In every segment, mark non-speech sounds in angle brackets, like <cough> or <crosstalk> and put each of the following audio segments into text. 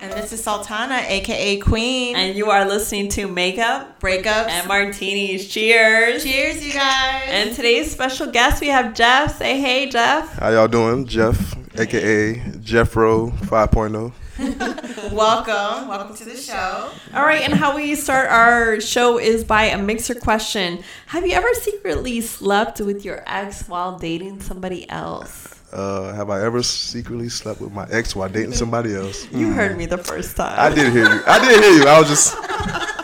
this is Sultana, aka Queen. And you are listening to Makeup Breakups. and Martinis. Cheers. Cheers, you guys. And today's special guest, we have Jeff. Say hey, Jeff. How y'all doing? Jeff, aka Jeffro oh. 5.0. welcome. Welcome to the <laughs> show. All right, and how we start our show is by a mixer question. Have you ever secretly slept with your ex while dating somebody else? Uh, have I ever secretly slept with my ex while dating somebody else? You heard me the first time. I did hear you. I did hear you. I was just,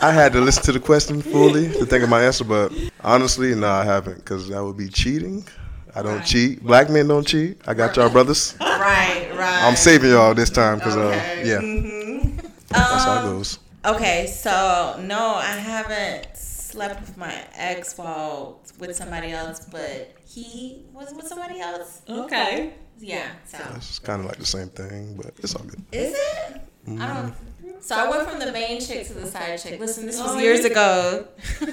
I had to listen to the question fully to think of my answer, but honestly, no, I haven't because that would be cheating. I don't cheat. Black men don't cheat. I got y'all, brothers. Right, right. I'm saving y'all this time because, uh, Okay. Mm-hmm. Um, yeah, that's how it goes. Okay, so no, I haven't slept with my ex while with somebody else, but he was with somebody else. Okay. Yeah. So It's kind of like the same thing, but it's all good. is it? I Mm. don't. So I went from the main chick to the side chick. Listen, this Oh, was years ago. <laughs>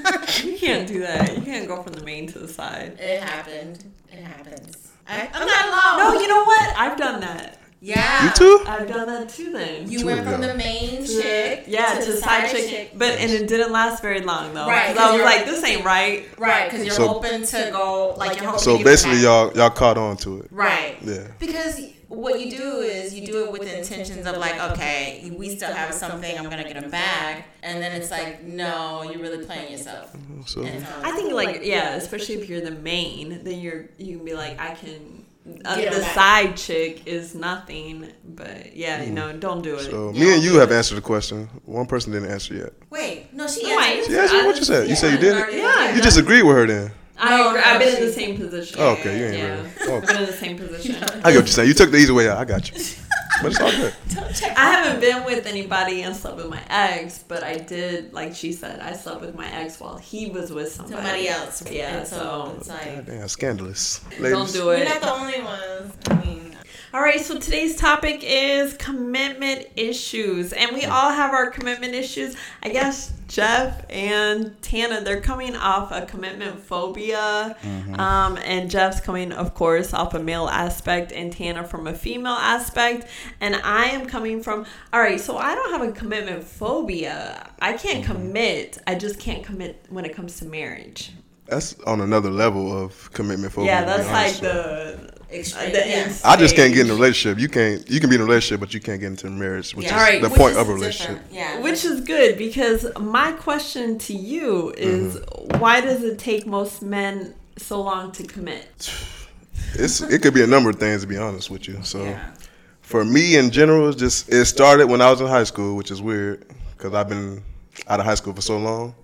You can't do that. You can't go from the main to the side. It happened. It happens. I, I'm not alone. No, you know what? I've done that. Yeah. You too? I've done that too then. You Two went ago. from the main chick. yeah, to, the side chick. But and it didn't last very long though. Right, 'Cause I was you're- like, this ain't right. Right, because you're So- hoping to go like you're hoping. So to get basically, back. y'all y'all caught on to it. Right. Yeah. Because what you do is you do it with the intentions of like, okay, we still have something. I'm gonna get him back, and then it's like, no, you're really playing yourself. So And um, so- I think like yeah, especially if you're the main, then you're you can be like I can. Uh, Get the back. side chick is nothing, but yeah, you know, don't do it. Mm. So me and you have answered the question. One person didn't answer yet. Wait, no, she No, I answered. She answered what you said. You said you did it. Yeah. You just agreed with her then. I No, agree. no, I've been in the she- same position. Oh, okay, you ain't yeah. ready. Oh, I've been in the same position. I get what you're saying. You took the easy way out. I <laughs> got you. But it's all good. Don't check. I haven't been with anybody and slept with my ex, but I did, like she said, I slept with my ex while he was with somebody, somebody else. Yeah, And so it's like Damn, scandalous. don't Ladies. do we're it. not the only ones. I mean, All right, so today's topic is commitment issues, and we all have our commitment issues. I guess Jeff and Tana, they're coming off a commitment phobia, um, and Jeff's coming, of course, off a male aspect, and Tana from a female aspect, and I am coming from. All right, so I don't have a commitment phobia. I can't commit. I just can't commit when it comes to marriage. That's on another level of commitment for yeah, that's like the. extreme. the yeah. ins- I just can't get in a relationship. You can't. You can be in a relationship, but you can't get into marriage, which Yeah. is All right, the Which point is of a different. relationship. Yeah. Which is good because my question to you is Mm-hmm. why does it take most men so long to commit? It's it could be a number of things to be honest with you. So Yeah. for me in general, it's just it started when I was in high school, which is weird because I've been out of high school for so long,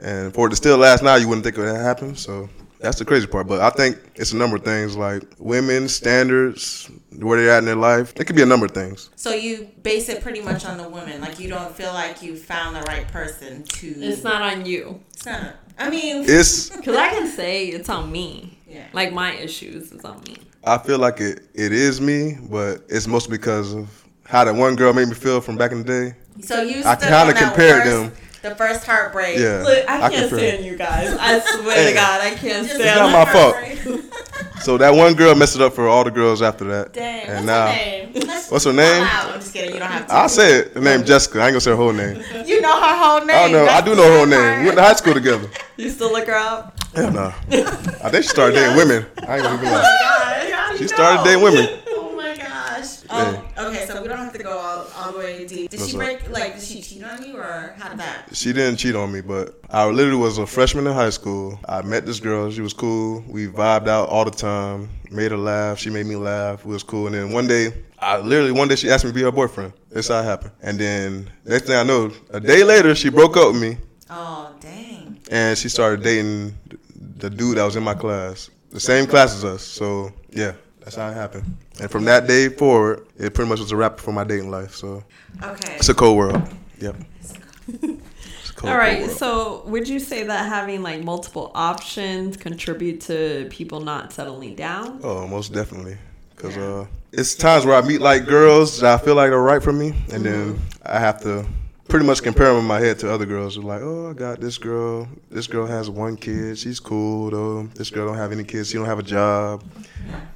and for it to still last now, you wouldn't think it would happen. So that's the crazy part. But I think it's a number of things like women standards, where they're at in their life. It could be a number of things. So you base it pretty much on the woman. Like you don't feel like you found the right person to. It's not on you. It's not. I mean. It's Because I can say it's on me. Yeah. Like my issues is on me. I feel like it it is me, but it's mostly because of how that one girl made me feel from back in the day. So you. I stood kinda on that compared first- The first heartbreak. Yeah, Look, I can can't feel it. stand you guys. I swear Hey. to God, I can't Just stand not the my fault. heartbreak. So that one girl messed it up for all the girls after that. Dang. And what's now- her name? Let's- What's her name? Wow, I'm just kidding. You don't have to. I said her name Jessica. I ain't gonna say her whole name. you know her whole name. I don't know. I That's do know her whole the name. We <laughs> part. went to high school together. You still look her up? Hell no. I think she started dating women. I ain't gonna even lie. God, She started dating women. Oh my gosh. Oh, okay, so we don't have to go all, all the way deep. Did That's she all right. break, like, did she cheat on you or how did that? She didn't cheat on me, but I literally was a freshman in high school. I met this girl. She was cool. We vibed out all the time. Made her laugh. She made me laugh. It was cool. And then one day, I literally one day she asked me to be her boyfriend. That's how it happened. And then next thing I know, a day later she broke up with me Oh, dang. and she started dating the dude that was in my class, the same class as us. So yeah, that's how it happened. And from that day forward, it pretty much was a wrap for my dating life. So. Okay. It's a cold world. Yep. It's a cold, All right, cold world. so would you say that having like multiple options contribute to people not settling down? oh, most definitely. Cause uh, it's times where I meet like girls that I feel like are right for me, and then I have to pretty much compare them in my head to other girls. Who're like, oh, I got this girl. This girl has one kid. She's cool though. This girl don't have any kids. She don't have a job,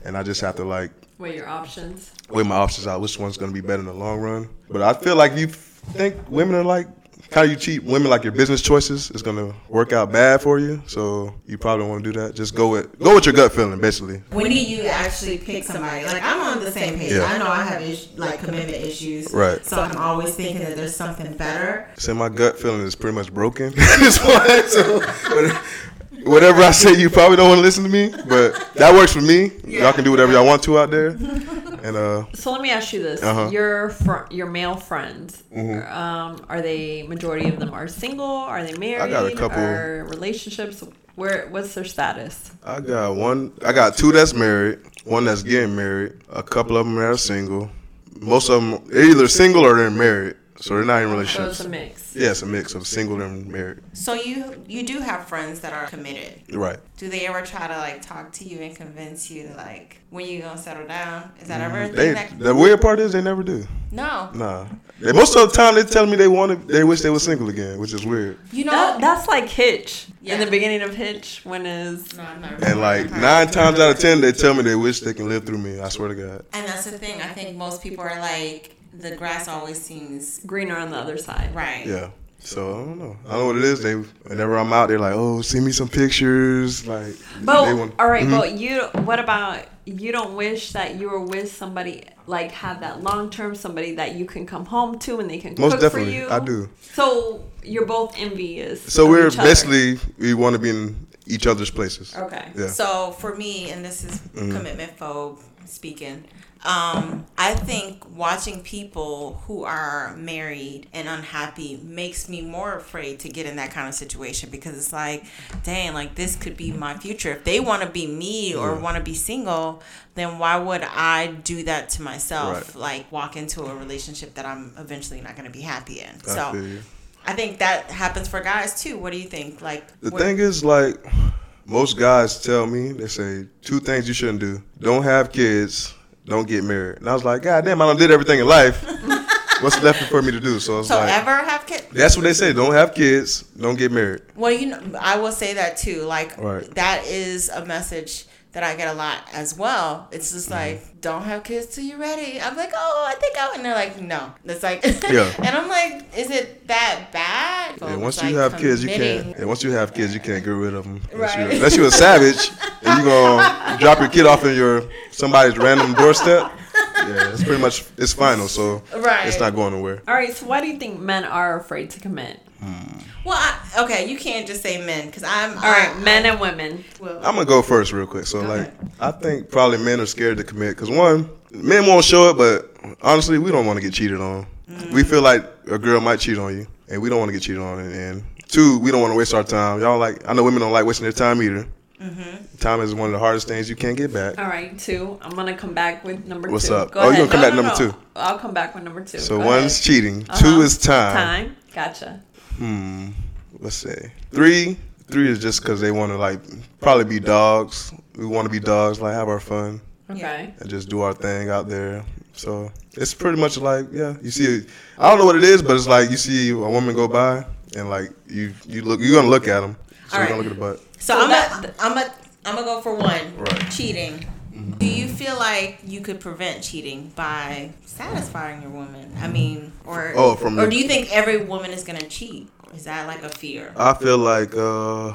and I just have to like Weigh your options. weigh my options out, which one's going to be better in the long run. But I feel like you think women are like how you cheat women like your business choices is going to work out bad for you. So you probably want to do that. Just go with go with your gut feeling, basically. When do you actually pick somebody? Like I'm on the same page. Yeah. I know I have is- like commitment issues. Right. So I'm always thinking that there's something better. So my gut feeling is pretty much broken. <laughs> That's why. so whatever I say, you probably don't want to listen to me, but that works for me. Y'all can do whatever y'all want to out there. And uh, So let me ask you this: Uh-huh. Mm-hmm. your fr- your male friends, um, are they majority of them are single? Are they married? couple- Are relationships? Where what's their status? I got one. I got two that's married, one that's getting married. A couple of them that are single. Most of them they're either single or they're married, so they're not in So it's relationships. a mix. Yeah, it's a mix of single and married. So you you do have friends that are committed. Right. Do they ever try to like talk to you and convince you like when you gonna settle down? Is that ever a thing that Mm, They, the weird part is they never do. No. Nah. They, most of the time they tell me they want to, they wish they were single again, which is weird. You know That, that's like Hitch. In Yeah. the beginning of Hitch, when is No, I'm not And like nine times out of ten, they tell me they wish they can live through me. I swear to God. And that's the thing. I think most people are like the grass always seems greener on the other side? right. Yeah. So I don't know. I don't know what it is. They whenever I'm out, they're like, "Oh, send me some pictures." Like, But they want- all right, Mhm. but you what about you don't wish that you were with somebody like have that long term somebody that you can come home to and they can Most cook definitely, for you. I do. So you're both envious. So of we're each other. basically we want to be in each other's places. okay. Yeah. Mm-hmm. So for me, and this is commitment phobe speaking, um, I think watching people who are married and unhappy makes me more afraid to get in that kind of situation because it's like, dang, like this could be my future. If they want to be me or want to be single, then why would I do that to myself? Right. Like walk into a relationship that I'm eventually not going to be happy in. I so feel you. I think that happens for guys too. What do you think? Like The what- thing is, like, most guys tell me, they say two things you shouldn't do: don't have kids, don't get married. And I was like, God damn, I done did everything in life. <laughs> What's left for me to do? So I was So like, ever have kids? that's what they say: don't have kids, don't get married. Well, you know, I will say that too. Like Right. that is a message that I get a lot as well. It's just Mm-hmm. like, don't have kids till you're ready. I'm like, oh, I think I would. And they're like, no. It's like, <laughs> Yeah. and I'm like, is it that bad? And It's once like you have kids, you can't. committing- And once you have kids, you can't get rid of them. Unless, Right. you, unless you're a savage, and you <laughs> gonna drop your kid off in your somebody's random doorstep. Yeah, it's pretty much it's final, so Right. it's not going nowhere. All right. So why do you think men are afraid to commit? Well, I, okay, you can't just say men because I'm All right, men and women. Well, I'm gonna go first real quick. So like, I think probably men are scared to commit because one, men won't show it, but honestly, we don't want to get cheated on. We feel like a girl might cheat on you, and we don't want to get cheated on. And, and two, we don't want to waste our time. Y'all like, I know women don't like wasting their time either. Time is one of the hardest things you can't get back. All right, two. I'm gonna come back with number What's two. up? Oh, you gonna come back number two. I'll come back with number two. So Go one's ahead. cheating, Uh-huh. two is time. time. Gotcha. Hmm. Let's say three. Three is just because they want to like probably be dogs. We want to be dogs, like have our fun. Okay. and just do our thing out there. So it's pretty much like yeah, you see, I don't know what it is, but it's like you see a woman go by and like you you look you're gonna look at them. So you're Alright. gonna look at the butt. so, So I'm that- a, I'm a, I'm gonna go for one. Right. Mm-hmm. Cheating. Do you feel like you could prevent cheating by satisfying your woman? I mean, or Mm-hmm. Oh, from or the- do you think every woman is gonna cheat? Is that like a fear? I feel like uh,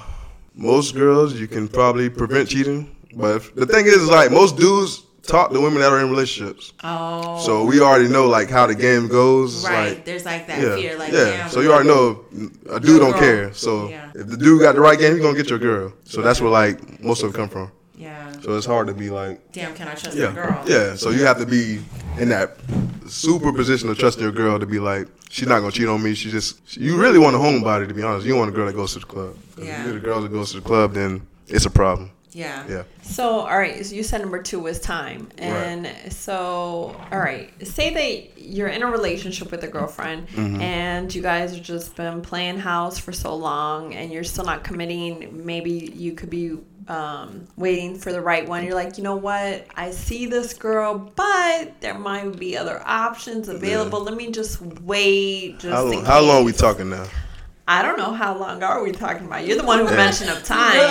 most girls you can probably prevent cheating, but if, the thing is like most dudes talk to women that are in relationships, Oh, Uh, so we already know like how the game goes. It's right. Like, There's like that yeah, fear, like yeah. damn, so you already know a dude don't girl. care. So Yeah. if the dude got the right game, he's gonna get your girl. So that's where like most of it come from. yeah, So it's hard to be like, damn, can I trust the yeah, girl? yeah. So you have to be in that super position to trust your girl to be like, she's not gonna cheat on me. She just, you really want a homebody to be honest. You want a girl that goes to the club. 'Cause Yeah. If you're the girl that goes to the club, then it's a problem. yeah, Yeah. So all right, so you said number two was time, and so all right, say that you're in a relationship with a girlfriend, Mm-hmm. and you guys have just been playing house for so long, and you're still not committing. Maybe you could be um, waiting for the right one. You're like, you know what? I see this girl, but there might be other options available. Let me just wait. Just How in long, how long case." we talking now? I don't know how long are we talking about. You're the one who mentioned up <laughs> time.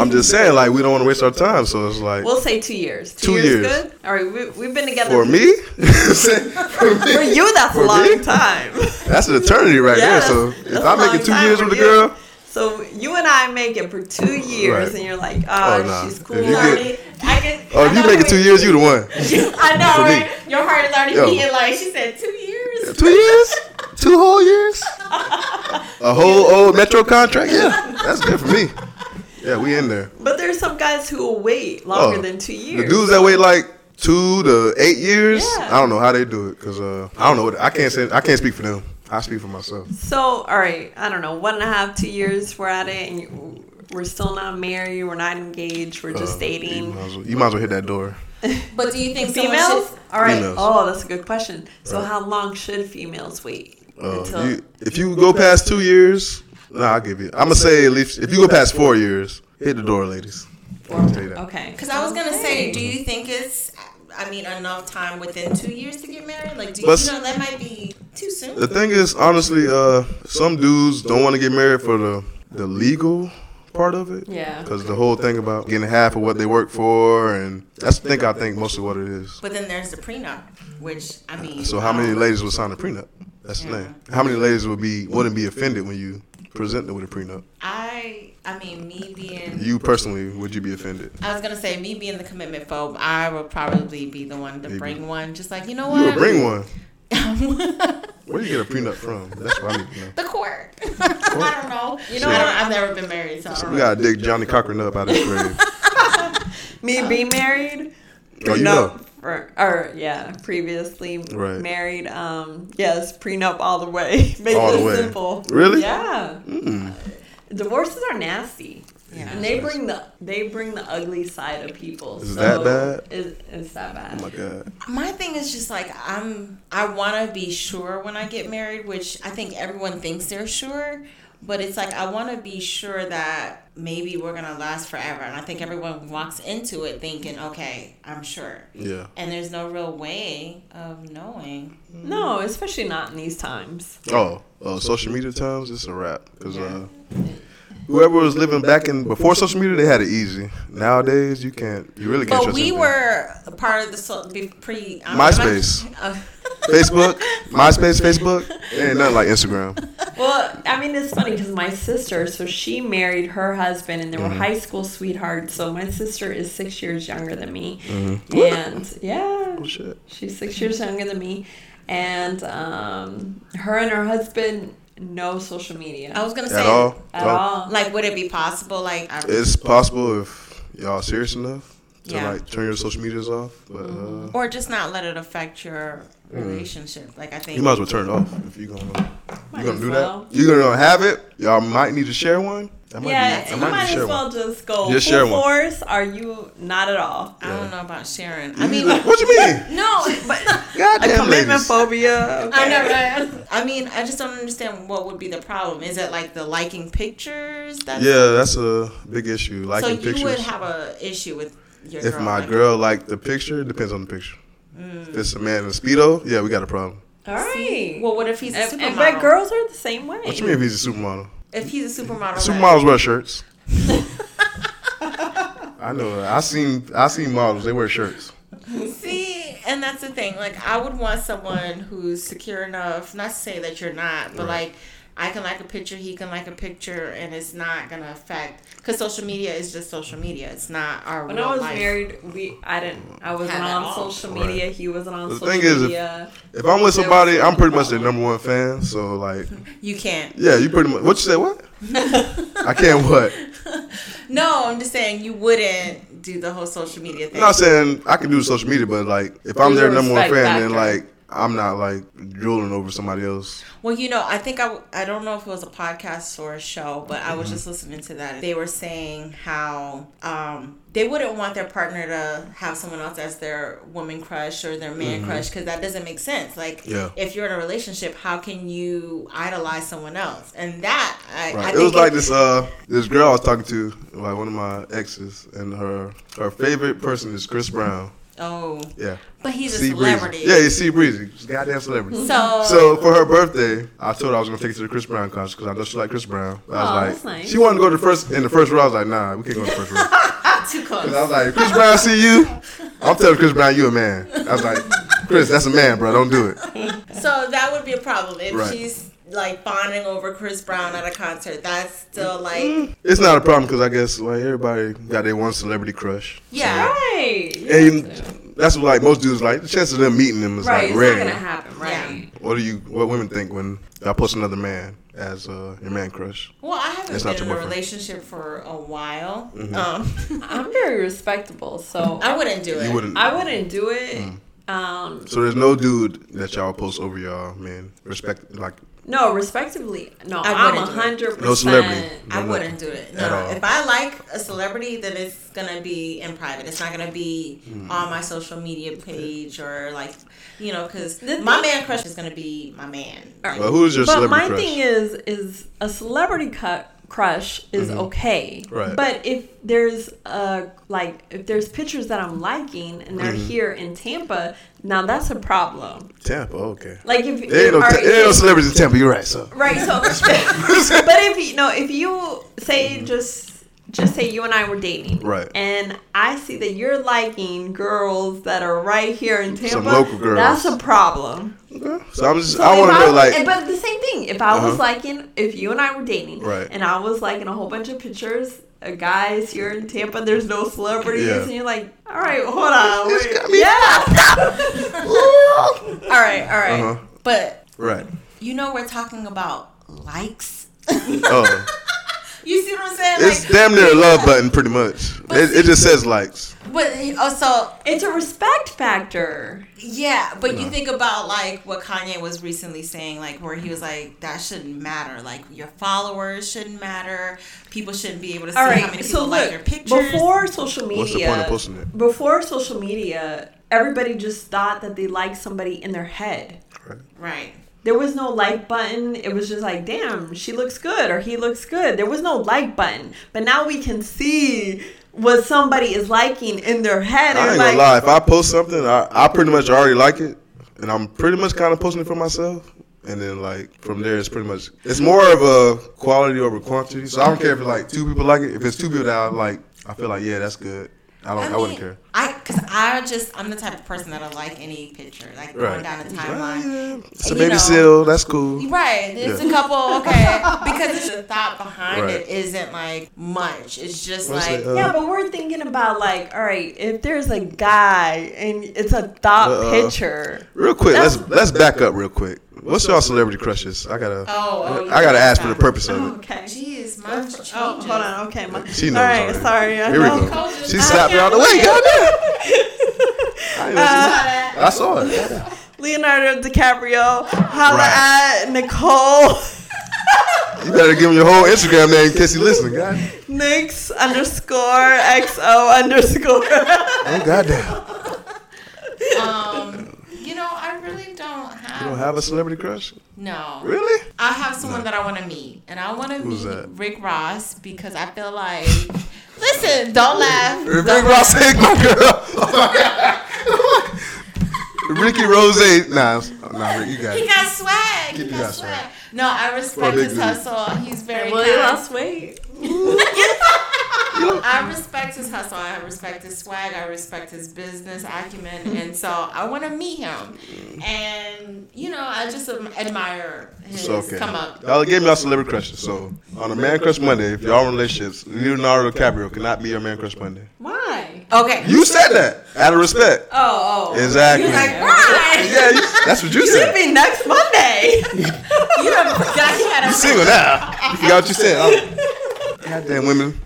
I'm just saying, like, we don't want to waste our time. So it's like, We'll say two years. Two years. good. All right, we, we've been together for <laughs> me, <laughs> for For me, you, that's For a long me? <laughs> time. that's an eternity right Yeah, there. So that's- if that's I a make long it two time years for with a you. girl, So you and I make it for two years, Right. and you're like, oh, Oh, nah. she's If cool. you I get- mean, I can, oh, I if you know make it two we- years, you the one. <laughs> I know, for me. right? Your heart is already Yo. beating like she said two years. Two years? Two whole years? A whole old Metro contract? Yeah, that's good for me. Yeah, we in there. But there's some guys who will wait longer Oh, than two The years. dudes that wait like two to eight years, Yeah. I don't know how they do it because uh, I don't know. What, I can't say I can't speak for them. I speak for myself. so, all right, I don't know, one and a half, two years, we're at it, and you, we're still not married, we're not engaged, we're just Uh, You dating. might, as well, you might as well hit that door. But do you think someone Females? should- All right. Females. Oh, that's a good question. So, how long should females wait? Uh, until you, if you go past two years, nah, I'll give you. I'm gonna say at least if you go past four years, hit the door, ladies. I'll tell you that. okay. Because I was gonna say, do you think it's, I mean, enough time within two years to get married? Like, do you, Let's- you know that might be too soon? The thing is, honestly, uh, some dudes don't want to get married for the the legal part of it. Yeah. Because the whole thing about getting half of what they work for, and that's the thing I think most of what it is. But then there's the prenup, which I mean. So how many um, ladies would sign a prenup? That's the thing. How many ladies would be wouldn't be offended when you present them with a prenup? I I mean, me being. You personally, would you be offended? I was gonna say, me being the commitment phobe, I would probably be the one to Maybe. bring one. Just like you know what, You would <laughs> bring one. the Where do you get a prenup from? That's what I need to know. court. <laughs> I don't know. You know, Shit. I don't, I've never been married, so I don't We know. gotta dig Johnny Cochran up out of his grave. Me being married? Oh, you Prenup know. Or, or yeah, previously Right. married. Um, yes, prenup all the way. <laughs> Make All the this way. simple. Really? Yeah. Uh, Mm. Divorces are nasty. Yeah. And they bring the they bring the ugly side of people. Is so that bad? Is, is that bad? Oh my god. My thing is just like I'm. I want to be sure when I get married, which I think everyone thinks they're sure. But it's like I want to be sure that maybe we're gonna last forever, and I think everyone walks into it thinking, "Okay, I'm sure," Yeah. and there's no real way of knowing. No, especially not in these times. Oh, uh, social media times, it's a wrap. Cause uh, whoever was living back in before social media, they had it easy. Nowadays, you can't. You really can't. But trust we anything. were a part of the so, be- pre I'm- MySpace. <laughs> Uh, <laughs> Facebook, MySpace, Facebook. It ain't nothing like Instagram. Well, I mean, it's funny because my sister, so she married her husband, and they Mm-hmm. were high school sweethearts. So my sister is six years younger than me, Mm-hmm. and yeah, Oh shit. She's six years younger than me, and um, her and her husband no social media I was gonna At say, all. at Oh. all. like, would it be possible? Like, I, It's possible if y'all serious enough to Yeah. Mm-hmm. like turn your social medias off, but uh, or just not let it affect your relationship? Like, I think Mm. you might as well turn it off if you're gonna. Might you gonna as do well. that? You're gonna have it. Y'all might need to share one. That might yeah, be, you that might, might be as share well one. just go Just full share one. force. Are you not at all? I don't know about sharing. I <laughs> mean, <laughs> what <laughs> you mean? no, but A Goddamn, commitment ladies. phobia. I know, okay. right? I mean, I just don't understand what would be the problem. Is it like the liking pictures? That's, Yeah, that's a big issue. So Liking you pictures. would have a issue with your If girl, my like- girl liked the picture, it depends on the picture. If it's a man in a speedo, yeah, we got a problem. All right. Well, what if he's a and, supermodel? and but girls are the same way. What you mean if he's a supermodel? if he's a supermodel, like- Supermodels wear shirts. I know. that. I seen. I seen models. They wear shirts. See, and that's the thing. Like, I would want someone who's secure enough. Not to say that you're not, but Right. like, I can like a picture. He can like a picture, and it's not gonna affect. Cause social media is just social media. It's not our When real I was life. married, we I didn't. I wasn't Had it on all. social media. He wasn't on The social thing is, if- media. If I'm with somebody, I'm pretty much their number one fan. So like, you can't. yeah, you pretty much. What you say? What? I can't. What? No, I'm just saying you wouldn't do the whole social media I'm thing. not saying I can do social media, but like, if I'm There's their a number one fan, respect then factor. like, I'm not like drooling over somebody else. Well, you know, I think I, w- I don't know if it was a podcast or a show, but I was Mm-hmm. just listening to that. They were saying how um, they wouldn't want their partner to have someone else as their woman crush or their man crush because that doesn't make sense. Like, Mm-hmm. Yeah. if you're in a relationship, how can you idolize someone else? And that, I, I Right. think It was like this uh this girl I was talking to, like one of my exes, and her her favorite person is Chris Brown. Oh, Yeah. but he's a Sea Breezy. celebrity. Yeah, he's Sea Breezy. She's a goddamn celebrity. So, So for her birthday, I told her I was gonna take her to the Chris Brown concert because I know she liked Chris Brown. But I was Aw, like, that's nice. she wanted to go to the first in the first row. I was like, nah, we can't go to the first row. too And I close. was like, Chris Brown, see you. I'm telling Chris Brown, you a man. I was like, Chris, that's a man, bro. Don't do it. So that would be a problem if Right. she's like fawning over Chris Brown at a concert. That's still like It's not a problem because I guess like everybody got their one celebrity crush. yeah. Right. And that's what like most dudes like. The chance of them meeting them is Right. like It's rare. not gonna happen. Right. What do you? What women think when y'all post another man as uh, your man crush? Well, I haven't That's not been in your a boyfriend. Mm-hmm. relationship for a while. Um, <laughs> I'm very respectable, so I wouldn't do it. You wouldn't. I wouldn't do it. Hmm. Um, So there's no dude that y'all post over y'all men. Respect like no, respectively. No, I I am wouldn't do it. hundred percent. No celebrity. I No, wouldn't nothing. do it. At No. all. If I like a celebrity, then it's gonna be in private. It's not gonna be Mm. on my social media page or like, you know, because The my thing- man crush is gonna be my man. All right. Well, who's your But celebrity my crush? thing is, is a celebrity cut crush is okay. Mm-hmm. Right. But if there's a like, if there's pictures that I'm liking and they're Mm-hmm. here in Tampa, now that's a problem. Tampa. Okay. Like if, There ain't no, all ta- right, there ain't no celebrities in Tampa. You're right. So Right. So, <laughs> <laughs> but if you know, if you say just just say you and I were dating, Right. And I see that you're liking girls that are right here in Tampa. local girls. That's a problem. so I'm just. So I if want to know was- like. but the same thing. If I was Uh-huh. liking, if you and I were dating, Right. And I was liking a whole bunch of pictures. of Guys here in Tampa, there's no celebrities, Yeah. and you're like, all right, hold on, It's wait. got <laughs> me yeah, all right, all right. Uh-huh. But Right. you know, we're talking about likes. Oh. <laughs> You see what I'm saying? It's like, damn near a love button, pretty much. It, it just says likes. but also, It's a respect factor. yeah. But you think about like what Kanye was recently saying, like where he was like, that shouldn't matter. Like your followers shouldn't matter. People shouldn't be able to see All how many right, people so like look, your pictures. before social media, What's the point of posting it? before social media, everybody just thought that they liked somebody in their head. right. There was no like button. It was just like, damn, she looks good or he looks good. There was no like button. But now we can see what somebody is liking in their head. I and ain't like, gonna lie. If I post something, I, I pretty much already like it, and I'm pretty much kind of posting it for myself. And then like from there, it's pretty much it's more of a quality over quantity. So I don't care if like two people like it. If it's two people that I like, I feel like yeah, that's good. I don't. Oh, I, wouldn't care. I because I just I'm the type of person that'll like any picture, like Right. going down a Ah, timeline. yeah, It's a You baby know. seal. That's cool. Right, there's Yeah. a couple okay because it's the thought behind Right. it isn't like much. It's just What's like the, uh, yeah, but we're thinking about like, all right, if there's a guy and it's a thought Uh-uh. picture. Real quick, let's That's- let's back up real quick. What's y'all celebrity crushes? I gotta oh, oh I gotta ask for the purpose of it. Okay. Jeez, mine changes. Oh, hold on. Okay. My, She knows all right. already. Sorry. I Here we know. go. She slapped me out the way. Goddamn! <laughs> I, didn't know she- Uh, I saw it. Leonardo DiCaprio, holla Right. at Nicole <laughs> You better give him your whole Instagram name in case you listen. God, Nix underscore <laughs> XO underscore. oh goddamn! Um, you know, I really don't have, You don't have a celebrity crush? no. Really? I have someone that I want to meet, and I want to meet Who's that? Rick Ross because I feel like. <laughs> Listen, don't laugh. Rick don't Ross ain't my girl. <laughs> Ricky Rose, nah, nah, Rick, you got He it. got swag. He He got got swag. swag. No, I respect big his dude. hustle. He's very Well, he kind. lost weight. I respect his hustle. I respect his swag. I respect his business acumen, and so I want to meet him. And you know, I just um, admire his So okay. come up. Y'all gave me y'all celebrity crushes. So on a man crush Monday, if y'all in relationships, Leonardo DiCaprio cannot be your man crush Monday. Why? Okay. You said that out of respect. Oh, oh. Exactly. You're like, why? yeah, you, that's what you You should said. be next Monday. <laughs> You done forgot he had You a single now. You forgot what you said. Oh. Goddamn women.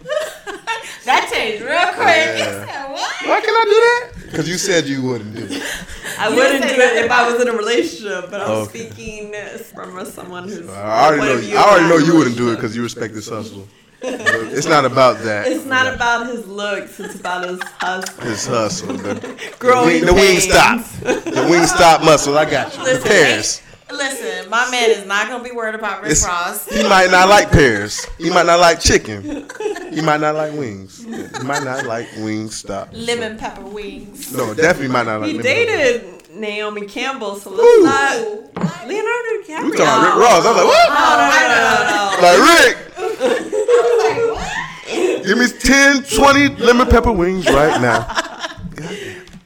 that changed real quick. <laughs> Yeah. He said, what? Why can I do that? Because you said you wouldn't do it. <laughs> I You wouldn't do said it that. if I was in a relationship, but I'm Okay. speaking from someone who's. I already one know. of You, I already not know in a you wouldn't do it relationship. because you respect this hustle. It's not about that. It's not about his looks. It's about his hustle. this hustle. The, Growing the wing pains. stop. The wing stop muscle. I got you. Listen, the pairs. ain't- Listen, my man is not gonna be worried about Rick It's- Ross. He might not like pears. He might not like chicken. He might not like wings. He might not like wings. Stop. Lemon pepper wings. No, definitely might not like. He lemon. dated Naomi Campbell, so let's Ooh. not. Leonardo DiCaprio. We talking about Rick Ross? I was like, what? No, no, no, no, no. Like Oh. Rick. Give me 10, 20 lemon pepper wings right now.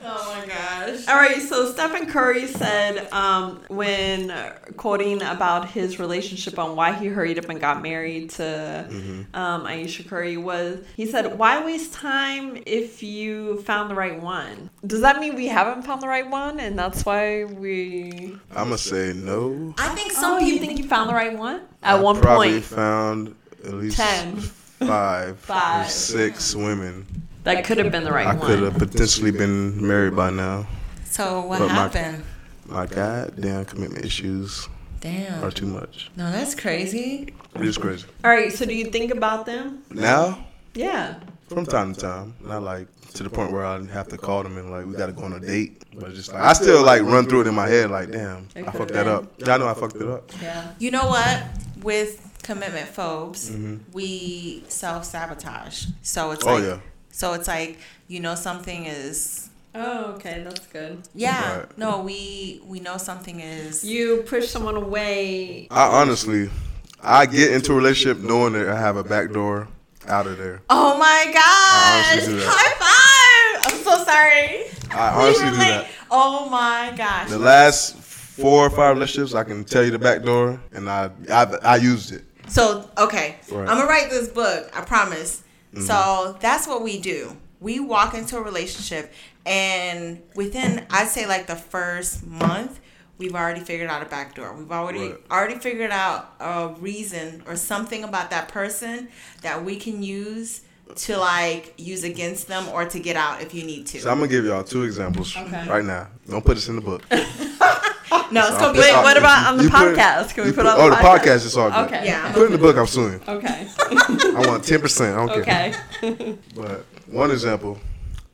Oh my gosh. All right, so Stephen Curry said um, when quoting about his relationship on why he hurried up and got married to Mm-hmm. um, Aisha Curry was he said, "Why waste time if you found the right one?" Does that mean we haven't found the right one, and that's why we? I'ma say no. I think Some some oh, you people think you found the right one at I one probably point found at least 10. five, or Five. six women. that could have been the right I could one. have potentially been married by now. So what But my- happened? My goddamn commitment issues Damn. are too much. No, that's crazy. It is crazy. All right, so do you think about them? Now, Yeah. from time to time, not like to the point where I have to call them and like we gotta go on a date. But just like I still like run through it in my head like, damn, I fucked that up. Yeah, I know I fucked it up. Yeah. You know what? With commitment phobes, we self sabotage. So it's Mm-hmm. Oh like yeah. so it's like, you know something is Oh, okay, that's good. yeah. Right. No, we we know something is You push someone away. I honestly, I get into a relationship knowing that I have a back door out of there. Oh my gosh! honestly do High five! I'm so sorry. I honestly We do were that. like, Oh my gosh. The last four or five relationships, I can tell you the back door, and I I, I used it. So okay, Right. Mm-hmm. I'm gonna write this book. I promise. So that's what we do. We walk into a relationship, and within I'd say like the first month, we've already figured out a back door. We've already Right. already figured out a reason or something about that person that we can use to like use against them or to get out if you need to. So I'm gonna give y'all two examples Okay. right now. Don't put this in the <laughs> book. no, it's gonna be. Wait, It's all- what about on the you put it- podcast? Can we you put it on oh, the the podcast? podcast is all good. Okay. Yeah. Put it in the book. I'm suing. Okay. <laughs> I want ten percent. I don't care. okay. But one example,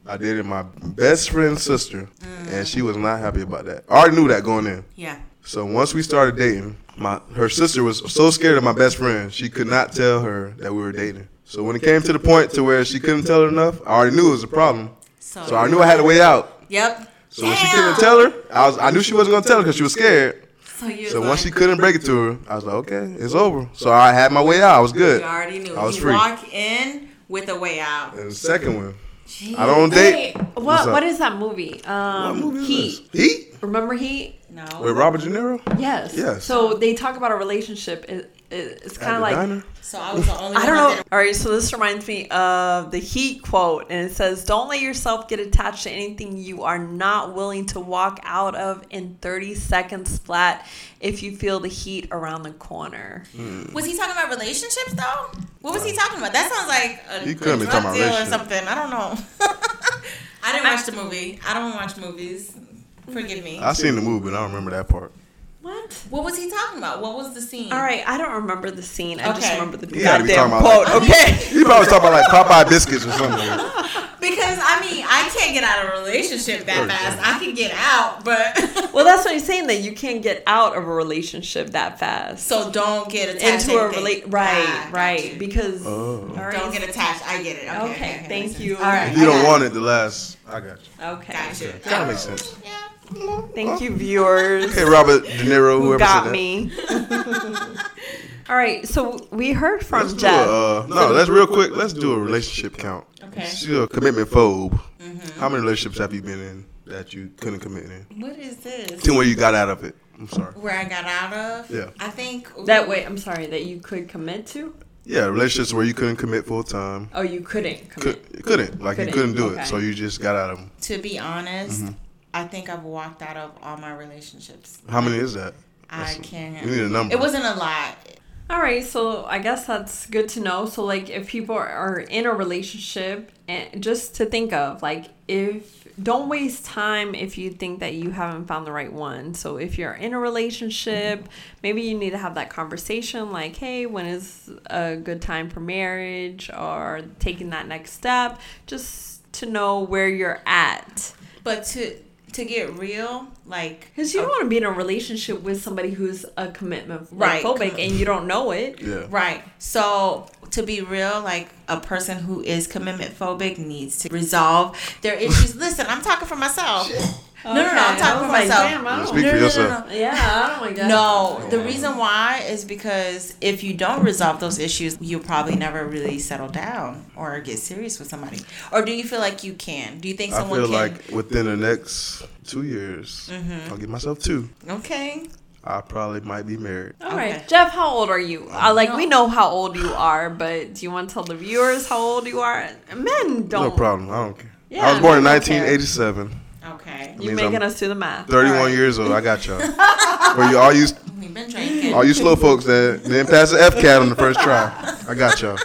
I dated my best friend's sister, and she was not happy about that. I already knew that going in. Yeah. So once we started dating, my her sister was so scared of my best friend, she could not tell her that we were dating. So when it came to the point to where she couldn't tell her enough, I already knew it was a problem. So, So I knew I had a way out. Yep. So when she couldn't tell her, I was I knew she wasn't gonna tell her because she was scared. So, you So once she couldn't break it to her, I was like, okay, it's over. So I had my way out. I was good. You already knew. I was you free. walk in with a way out. And the second one, I don't date. what up? what is that movie? Um, What movie is Heat. this? Heat Remember Heat? No. with Robert De Niro. Yes. Yes. So they talk about a relationship. It, it, it's kind At the of like diner? So I was the only I one don't that know. All right, so this reminds me of the Heat quote, and it says, "Don't let yourself get attached to anything you are not willing to walk out of in 30 seconds flat. If you feel the heat around the corner, didn't- Was he talking about relationships though? What was he talking about? That sounds like a, He a couldn't be drug talking about deal or relationships. something. I don't know. <laughs> I didn't watch the movie. I don't watch movies. Forgive me. I seen the movie, but I don't remember that part. what?" What was he talking about? What was the scene? All right, I don't remember the scene. I just Okay. remember the You gotta be goddamn talking about quote. Okay. <laughs> You probably talking about like Popeye biscuits or something. Because I mean, I can't get out of a relationship that fast. I can get out, but <laughs> Well, that's what I'm saying. That you can't get out of a relationship that fast. so don't get attached into a anything. relate, Ah, right, got right, you. because Oh. all right, Don't get attached. I get it. Okay. Okay, okay, thank makes you. sense. All right. If you I don't got want it to last, I got you. okay. Got you. That makes sense. Yeah. Thank you, viewers. Hey, Robert De Niro, who whoever got said that. me. <laughs> all right, so we heard from Let's do a, Jeff. uh, no, let's real quick. Let's do a relationship count. Okay. She's a commitment phobe. How many relationships have you been in that you couldn't commit in? <laughs> <laughs> What is this? To where you got out of it. I'm sorry. Where I got out of? Yeah. I think that way, I'm sorry that you could commit to. Yeah, relationships where you couldn't commit full time. Oh, you couldn't commit. Could, couldn't like you Couldn't, couldn't do okay. it, so you just got out of them. To be honest, Mm-hmm. I think I've walked out of all my relationships. How many is that? I That's- can't. We need a number. It wasn't a lot. All right, so I guess that's good to know. So, like, if people are in a relationship, and just to think of, like, if don't waste time if you think that you haven't found the right one. So, if you're in a relationship, maybe you need to have that conversation, like, hey, when is a good time for marriage or taking that next step, just to know where you're at. But to to get real, like Because you don't want to be in a relationship with somebody who's a commitment Right. phobic and you don't know it. Yeah. Right. So to be real, like a person who is commitment phobic needs to resolve their issues. <laughs> Listen, I'm talking for myself. No, no, no, Okay, I'm I talking for was like, myself. damn, I Yeah, don't- Speak no, for no, no, yourself. no, no. Yeah, I don't like that. No, the reason why is because if you don't resolve those issues, you'll probably never really settle down or get serious with somebody. Or do you feel like you can? Do you think I someone feel can? like within the next two years, Mm-hmm. I'll get myself two. okay. I probably might be married. All right, Okay. Jeff, how old are you? Uh, like we know how old you are, but do you want to tell the viewers how old you are? Men don't. No problem. I don't care. Yeah, I was born in I don't care. 1987. Okay. You're means making I'm- us do the math. 31 Alright. years old. I <laughs> got y'all. For you all you We've been drinking. all you slow folks that didn't pass the FCAT on the first try. I got y'all.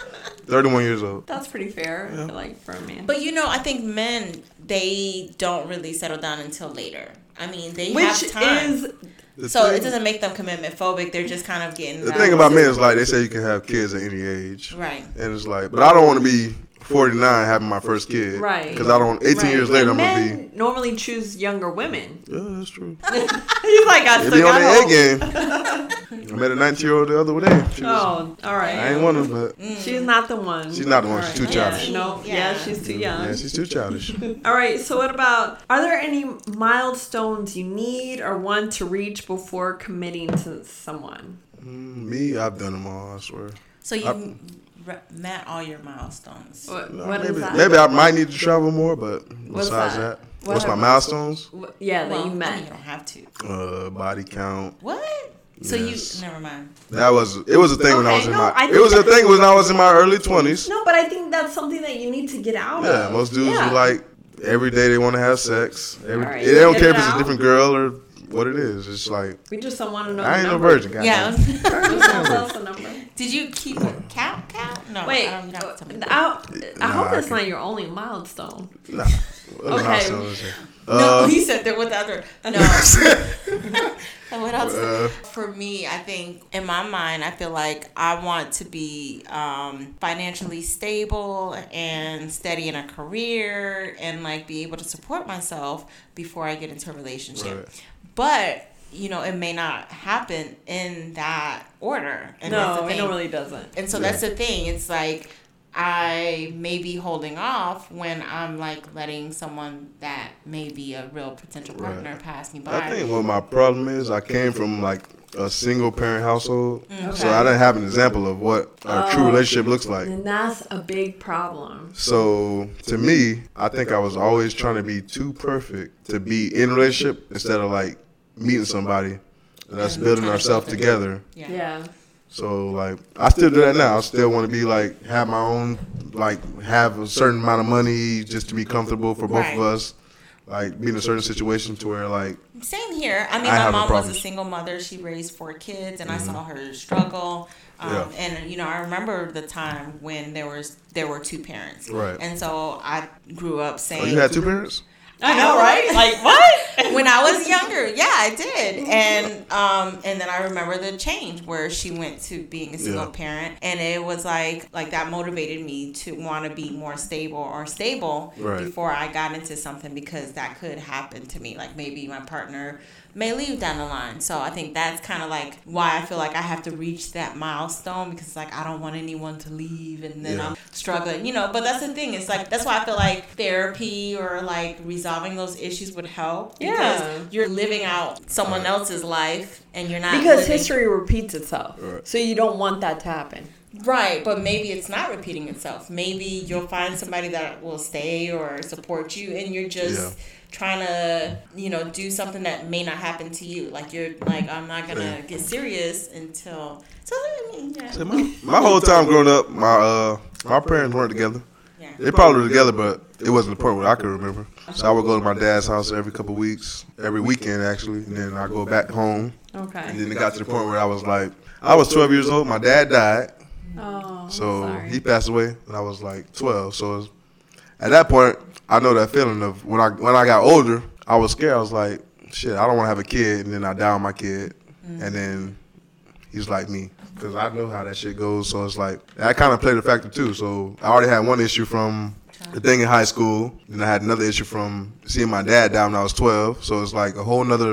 31 years old. That's pretty fair, I feel like for a man. But you know, I think men they don't really settle down until later. I mean, they Which have time. is The so thing, it doesn't make them commitment phobic. They're just kind of getting the that- thing about men is like they say you can have kids at any age, right. and it's like, but I don't want to be 49 having my first kid, Right. Because I don't. 18 years Right. later, I'm gonna be. men normally choose <laughs> younger women. <laughs> Yeah, that's true. He's like, I They still be on got their A hope. <laughs> game. I met a 19 year old the other day. She was, Oh, all right. I ain't one of them, but She's not the one. She's not the one. She's too Yeah, childish. No, Mm. yeah. Yeah. she's too young. yeah, she's too childish. Mm, All right, so what about are there any milestones you need or want to reach before committing to someone? Mm, Me, I've done them all. I swear. So you I- re- met all your milestones. What, No, what is maybe, that? maybe I might need to travel more, but What's besides that? that, What what's my happened? milestones? Wh- yeah, Well, that you I mean, you met. don't have to. Uh, body count. What? So Yes. you never mind. That was it. Was a thing when I Okay, was in no, my. I it was a think- thing when I was in my early twenties. No, but I think that's something that you need to get out Yeah, of. most dudes Yeah. are like every day they want to have sex. Every, Alright, They don't get care it if it's out. a different girl or what it is. It's like we just don't want to know. I the ain't no number. virgin. Guy Yeah. <laughs> Just don't tell us the number. <laughs> Did you keep a count? Count? No. Wait, I don't, you don't have to tell me. I, I Nah, hope I that's can't. not your only milestone. Nah. Okay. no, <laughs> Uh, he said that with the other. <laughs> Um, No. And what else? Uh, For me, I think in my mind, I feel like I want to be um, financially stable and steady in a career and like be able to support myself before I get into a relationship. Right. But you know, it may not happen in that order. And that's the No, it thing. really doesn't. And so that's the thing. It's like I may be holding off when I'm like letting someone that may be a real potential Right. partner pass me by. I think what my problem is, I came from like a single parent household, Mm, so I didn't have an example of what a Oh. true relationship looks like. And that's a big problem. So to me, I think I was always trying to be too perfect to be in a relationship instead of like meeting somebody and us building ourselves together. yeah. Yeah. So like I still do that now. I still want to be like have my own like have a certain amount of money just to be comfortable for both Right. of us. Like be in a certain situation to where like Same here. I mean, I my have no mom was problems. a single mother. She raised four kids, and I saw her struggle. Um, Yeah. And you know, I remember the time when there was there were two parents. Right. And so I grew up saying, oh you had two parents? I know, right? Like what? when I was younger, yeah, I did. And um and then I remember the change where she went to being a single Yeah. parent and it was like like that motivated me to want to be more stable or stable Right. before I got into something because that could happen to me. Like maybe my partner may leave down the line. So I think that's kind of like why I feel like I have to reach that milestone because like I don't want anyone to leave and then Yeah. I'm struggling, you know. But that's the thing. It's like that's why I feel like therapy or like resolving those issues would help Yeah. because you're living out someone else's life and you're not Because living- history repeats itself. Right. So you don't want that to happen. right but maybe it's not repeating itself maybe you'll find somebody that will stay or support you and you're just Yeah. trying to you know do something that may not happen to you like you're like i'm not gonna Yeah. get serious until so i mean yeah, My whole time growing up, my uh my parents weren't together. yeah. They probably were together, but it wasn't the point where I could remember. So I would go to my dad's house every couple weeks, every weekend actually, and then I go back home. And Okay. then it got to the point where I was like, I was 12 years old. My dad died, Oh, so sorry. he passed away when I was like 12. So it's- at that point, I know that feeling of when I when I got older, I was scared. I was like, shit, I don't want to have a kid, and then I die on my kid, and then he's like me because I know how that shit goes. So it's like that kind of played a factor too. So I already had one issue from the thing in high school. Then I had another issue from seeing my dad die when I was 12. So it's like a whole nother,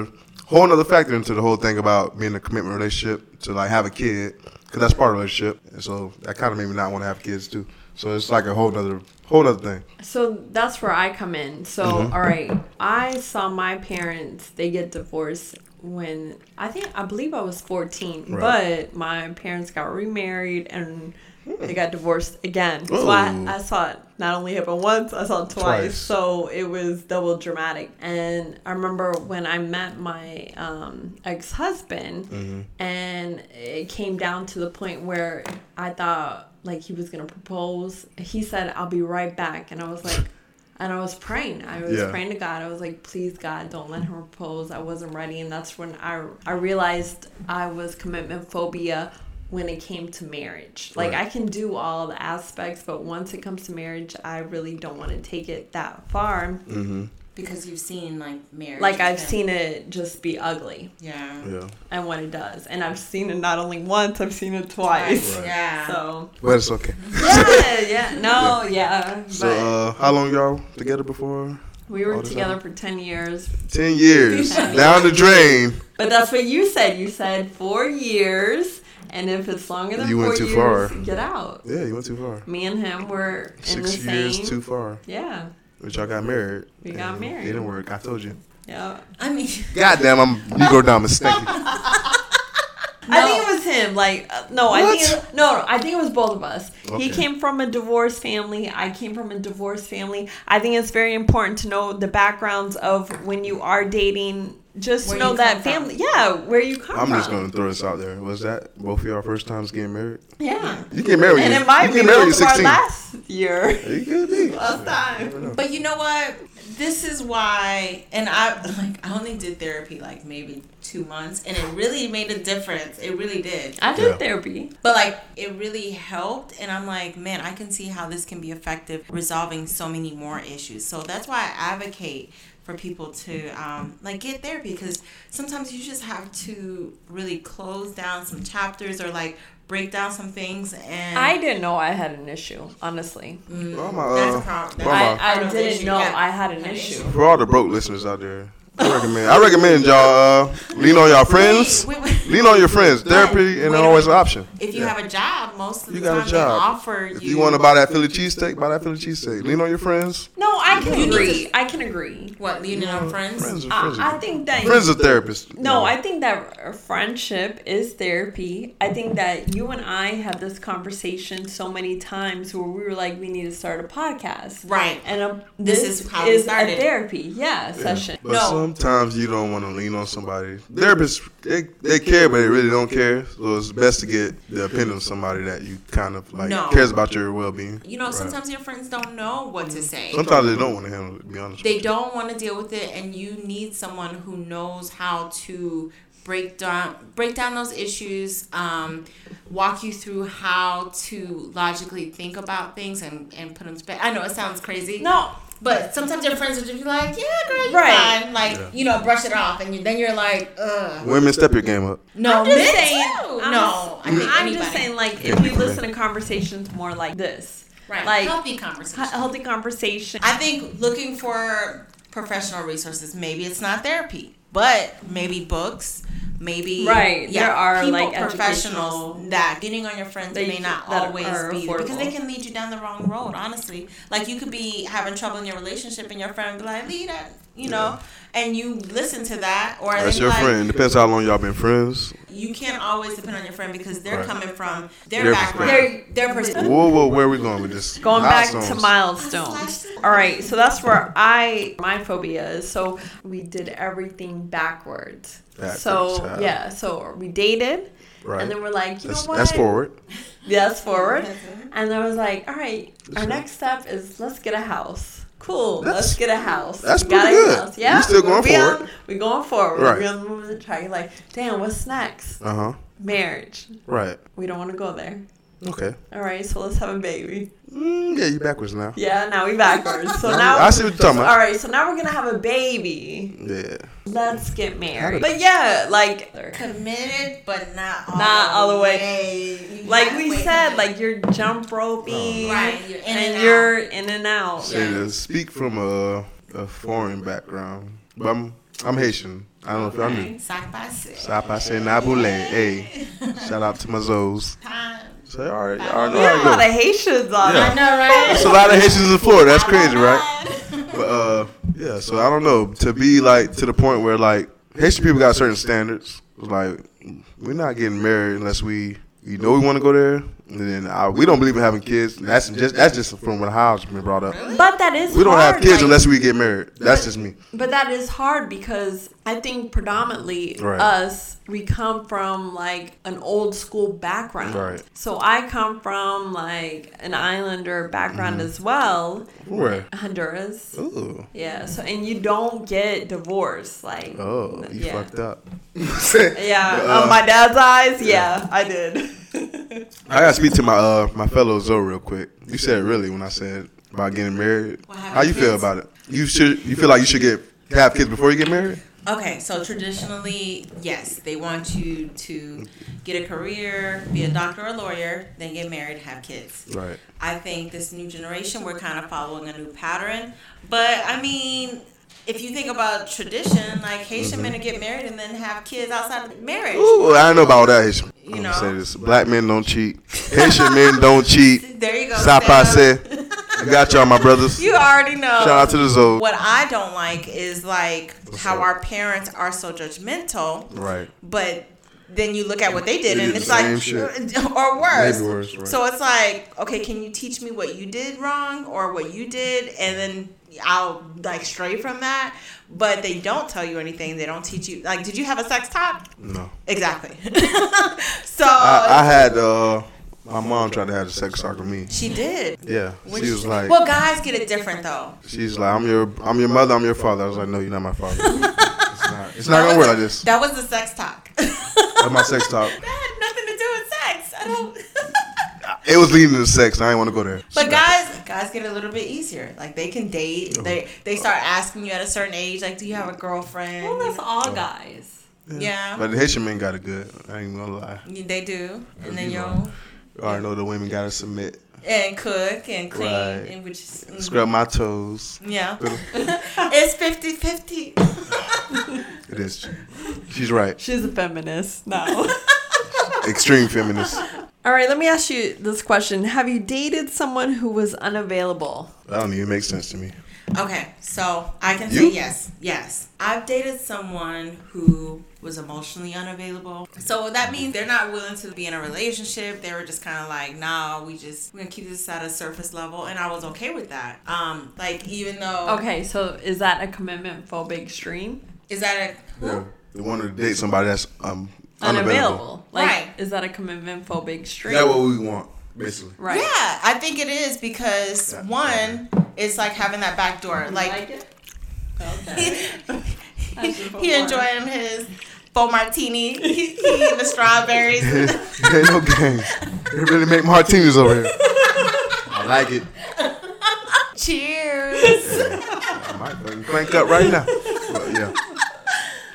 whole nother factor into the whole thing about being in a commitment relationship to like have a kid, because that's part of the relationship. And so that kind of made me not want to have kids too. So it's like a whole nother, whole nother thing. So that's where I come in. So all right, I saw my parents. They get divorced when I think I believe I was fourteen, Right. but my parents got remarried and they got divorced again. So I, Ooh. I saw it not only happen once, I saw it twice. Twice. So it was double dramatic. And I remember when I met my um, ex husband, and it came down to the point where I thought like he was gonna propose. He said, "I'll be right back," and I was like. And I was praying. I was Yeah. praying to God. I was like, please, God, don't let him propose. I wasn't ready. And that's when I, I realized I was commitment phobia when it came to marriage. Like, Right. I can do all the aspects, but once it comes to marriage, I really don't want to take it that far. Mm-hmm. because you've seen like marriage. Like, I've and- seen it just be ugly Yeah. Yeah. and what it does. And I've seen it not only once, I've seen it twice. Right. Yeah. So, But it's okay. <laughs> yeah, yeah, no, yeah. But So uh, how long y'all together before? we were all the together time. for 10 years. Ten years down the drain. But that's what you said. You said four years, and if it's longer than You four went too years, far. get out. Yeah, you went too far. Me and him were in Six the years same. too far. Yeah, But y'all got married. We got and married. It didn't work. I told you. yeah. I mean, <laughs> Goddamn, I'm Negro Domus. Thank you. I think it was him. Like, uh, no, I think it, no, no, I think it was both of us. He Okay. came from a divorced family. I came from a divorced family. I think it's very important to know the backgrounds of when you are dating. Just to Where know you that come from. family. Yeah, where you come <laughs> I'm from. just gonna throw this out there. Was that both of y'all first times getting married? Yeah. You get married. And it you might get be married both at of our 16. last year. You could be. Last time. but you know what? This is why, and I like I only did therapy like maybe two months, and it really made a difference. It really did. I did Yeah. therapy. But like it really helped, and I'm like, man, I can see how this can be effective resolving so many more issues. So that's why I advocate for people to um, like get therapy because sometimes you just have to really close down some chapters or like break down some things. And I didn't know I had an issue, honestly. Well, my, That's uh, a problem. Mama. well, my- I, I Had an didn't issue, know yeah. I had an Had an issue. issue. for all the broke listeners out there, <laughs> I recommend. I recommend y'all uh, lean on y'all friends. Wait, wait, wait. Lean on your friends. Therapy Wait, and wait. always an option. If you Yeah. have a job, most of You the got a time they job. offer you. if you want to buy that Philly cheesesteak, buy that Philly cheesesteak. Lean on your friends. No, I can You need agree. to- I can agree. what leaning on friends. Friends are I, friends. I Are, think that friends are therapists. No, Yeah. I think that friendship is therapy. I think that you and I had this conversation so many times where we were like, we need to start a podcast. Right. And um This this, is is, how we a started. therapy, yeah, session. But No. sometimes you don't want to lean on somebody. Therapists, they, they care, but they really don't care. So it's best to get the opinion of somebody that you kind of like No. cares about your well being. You know, sometimes your friends don't know what to say. Mm. Sometimes they don't want to handle it. To be honest. They don't want to deal with it, and you need someone who knows how to break down break down those issues, um, walk you through how to logically think about things and and put them to bed. I know it sounds crazy. No, But sometimes your friends will just be like, "Yeah, girl, you Right. fine." Like, you know, brush it off, and you, then you're like, "Ugh." Women, step your game up. No, I'm just men saying- too. I'm no, I think I'm just anybody. saying, like, if we listen to conversations more like this, right? like healthy conversation. he- healthy conversation. I think looking for professional resources. Maybe it's not therapy, but maybe books. Maybe Right, there are, people, like, professionals educational- that getting on your friends They- may not that always are be because they affordable. can lead you down the wrong road. Honestly, like you could be having trouble in your relationship, and your friend be like, "Lead that," you know, and you listen to that, or That's they be your like, friend. Depends how long y'all been friends. You can't always depend on your friend because they're Right. coming from their, Their background, perspective. their perspective. Whoa, whoa, where are we going with this? Going back to Milestones. milestones. All right, so that's where I my phobia is. So we did everything backwards. Backwards, so huh? yeah, so we dated, Right. and then we're like, you That's, know what? that's forward. Yes, forward. And I was like, all right, our next step is let's get a house. Cool, let's That's- get a house. that's We got pretty a good. house. Yeah, You still we're going being- forward. We're going forward. Right. We're on the moving track. Like, damn, what's next? Uh huh. Marriage. Right. We don't want to go there. Okay. All right, so let's have a baby. Mm, yeah, you backwards now. Yeah, now we backwards. <laughs> So I- now I see what you're talking about. All right, so now we're gonna have a baby. Yeah. Let's get married. How But yeah, like Committed, but not all Not all the way. You like we halfway said, committed. like you're jump roping, Right, you're in and, and out. you're in and out. Say to speak from a, a foreign background, but I'm I'm Haitian. I don't know if y'all knew. side by <laughs> side. Stop, I say Nabule. Hey, shout out to my Zoes. Time. Say, all right, all right, We had a all lot right. of Haitians on. Yeah. I know, right? It's a lot of Haitians in Florida. That's crazy, right? right? But uh, yeah, so I don't know. To be like to the point where like Haitian people got certain standards. Like we're not getting married unless we you know we want to go there, and then I, we don't believe in having kids. And that's just that's just from when I was been brought up. But that is We don't hard, have kids like- unless we get married. That's just me. But that is hard because I think predominantly Right. us, we come from like an old school background. Right. So I come from like an islander background Mm-hmm. as well, Right. Honduras. Ooh. Yeah. So and you don't get divorced, like. Oh, you yeah. <laughs> fucked up. <laughs> Yeah. oh, Uh, on Oh, my dad's eyes, yeah, I did. I gotta speak to my uh my fellow Zoe real quick. You said really when I said about getting married. Well, having How you feel kids. about it? You should you feel like you should get have kids before you get married? <laughs> Okay, so traditionally, yes, they want you to get a career, be a doctor or a lawyer, then get married, have kids. Right. I think this new generation, we're kind of following a new pattern. But I mean, if you think about tradition, like Haitian men to get married and then have kids outside of marriage. Mm-hmm. Ooh, I don't know about all that Haitian. You I'm know. gonna say this: black men don't cheat, Haitian <laughs> men don't cheat. There you go. Stop, I Sam. say. I got y'all, my brothers. <laughs> You already know. Shout out to the Zoe. What I don't like is like What's how up? our parents are so judgmental. Right. but then you look at what they did They and did it's the like same shit. <laughs> or worse, Maybe worse, right. so it's like okay can you teach me what you did wrong or what you did and then i'll like stray from that but they don't tell you anything they don't teach you like did you have a sex talk No, exactly <laughs> so I, I had uh my mom tried to have a sex talk with me. she did Yeah, When she was like, well guys get it different though she's like, I'm your I'm your mother, I'm your father. I was like, no, you're not my father. It's not, it's not gonna work <laughs> like this. that was the sex talk That's my <laughs> sex talk. that had nothing to do with sex i don't <laughs> It was leading to sex. And I didn't want to go there. But guys, guys get a little bit easier. Like they can date. They they start asking you at a certain age, like, do you have a girlfriend? <laughs> well, that's Oh. all guys. yeah, But the Haitian men got it good. I ain't gonna lie. Yeah, they do. And You then know. you'll I already know the women gotta submit. and cook and clean Right. and which is mm, Scrub my toes. yeah, it's 50-50. It is. She's right. She's a feminist. No. Extreme feminist. <laughs> all right, let me ask you this question. Have you dated someone who was unavailable? That don't even make sense to me. Okay, so I can You? say yes, yes. I've dated someone who was emotionally unavailable. So that means they're not willing to be in a relationship. They were just kind of like, nah, we just we're gonna keep this at a surface level, and I was okay with that. Um, like even though Okay, so is that a commitment phobic stream? is that a Yeah. They want to date somebody that's um unavailable. Unavailable. Like, Right. is that a commitment phobic stream? That's what we want, basically. <laughs> right. Yeah, I think it is because Yeah. one, it's like having that back door. Like it? <laughs> he, he enjoying his faux martini, he, he eating the strawberries. <laughs> Ain't no games. They really make martinis over here. I like it. Cheers. I might fucking crank up right now. But yeah.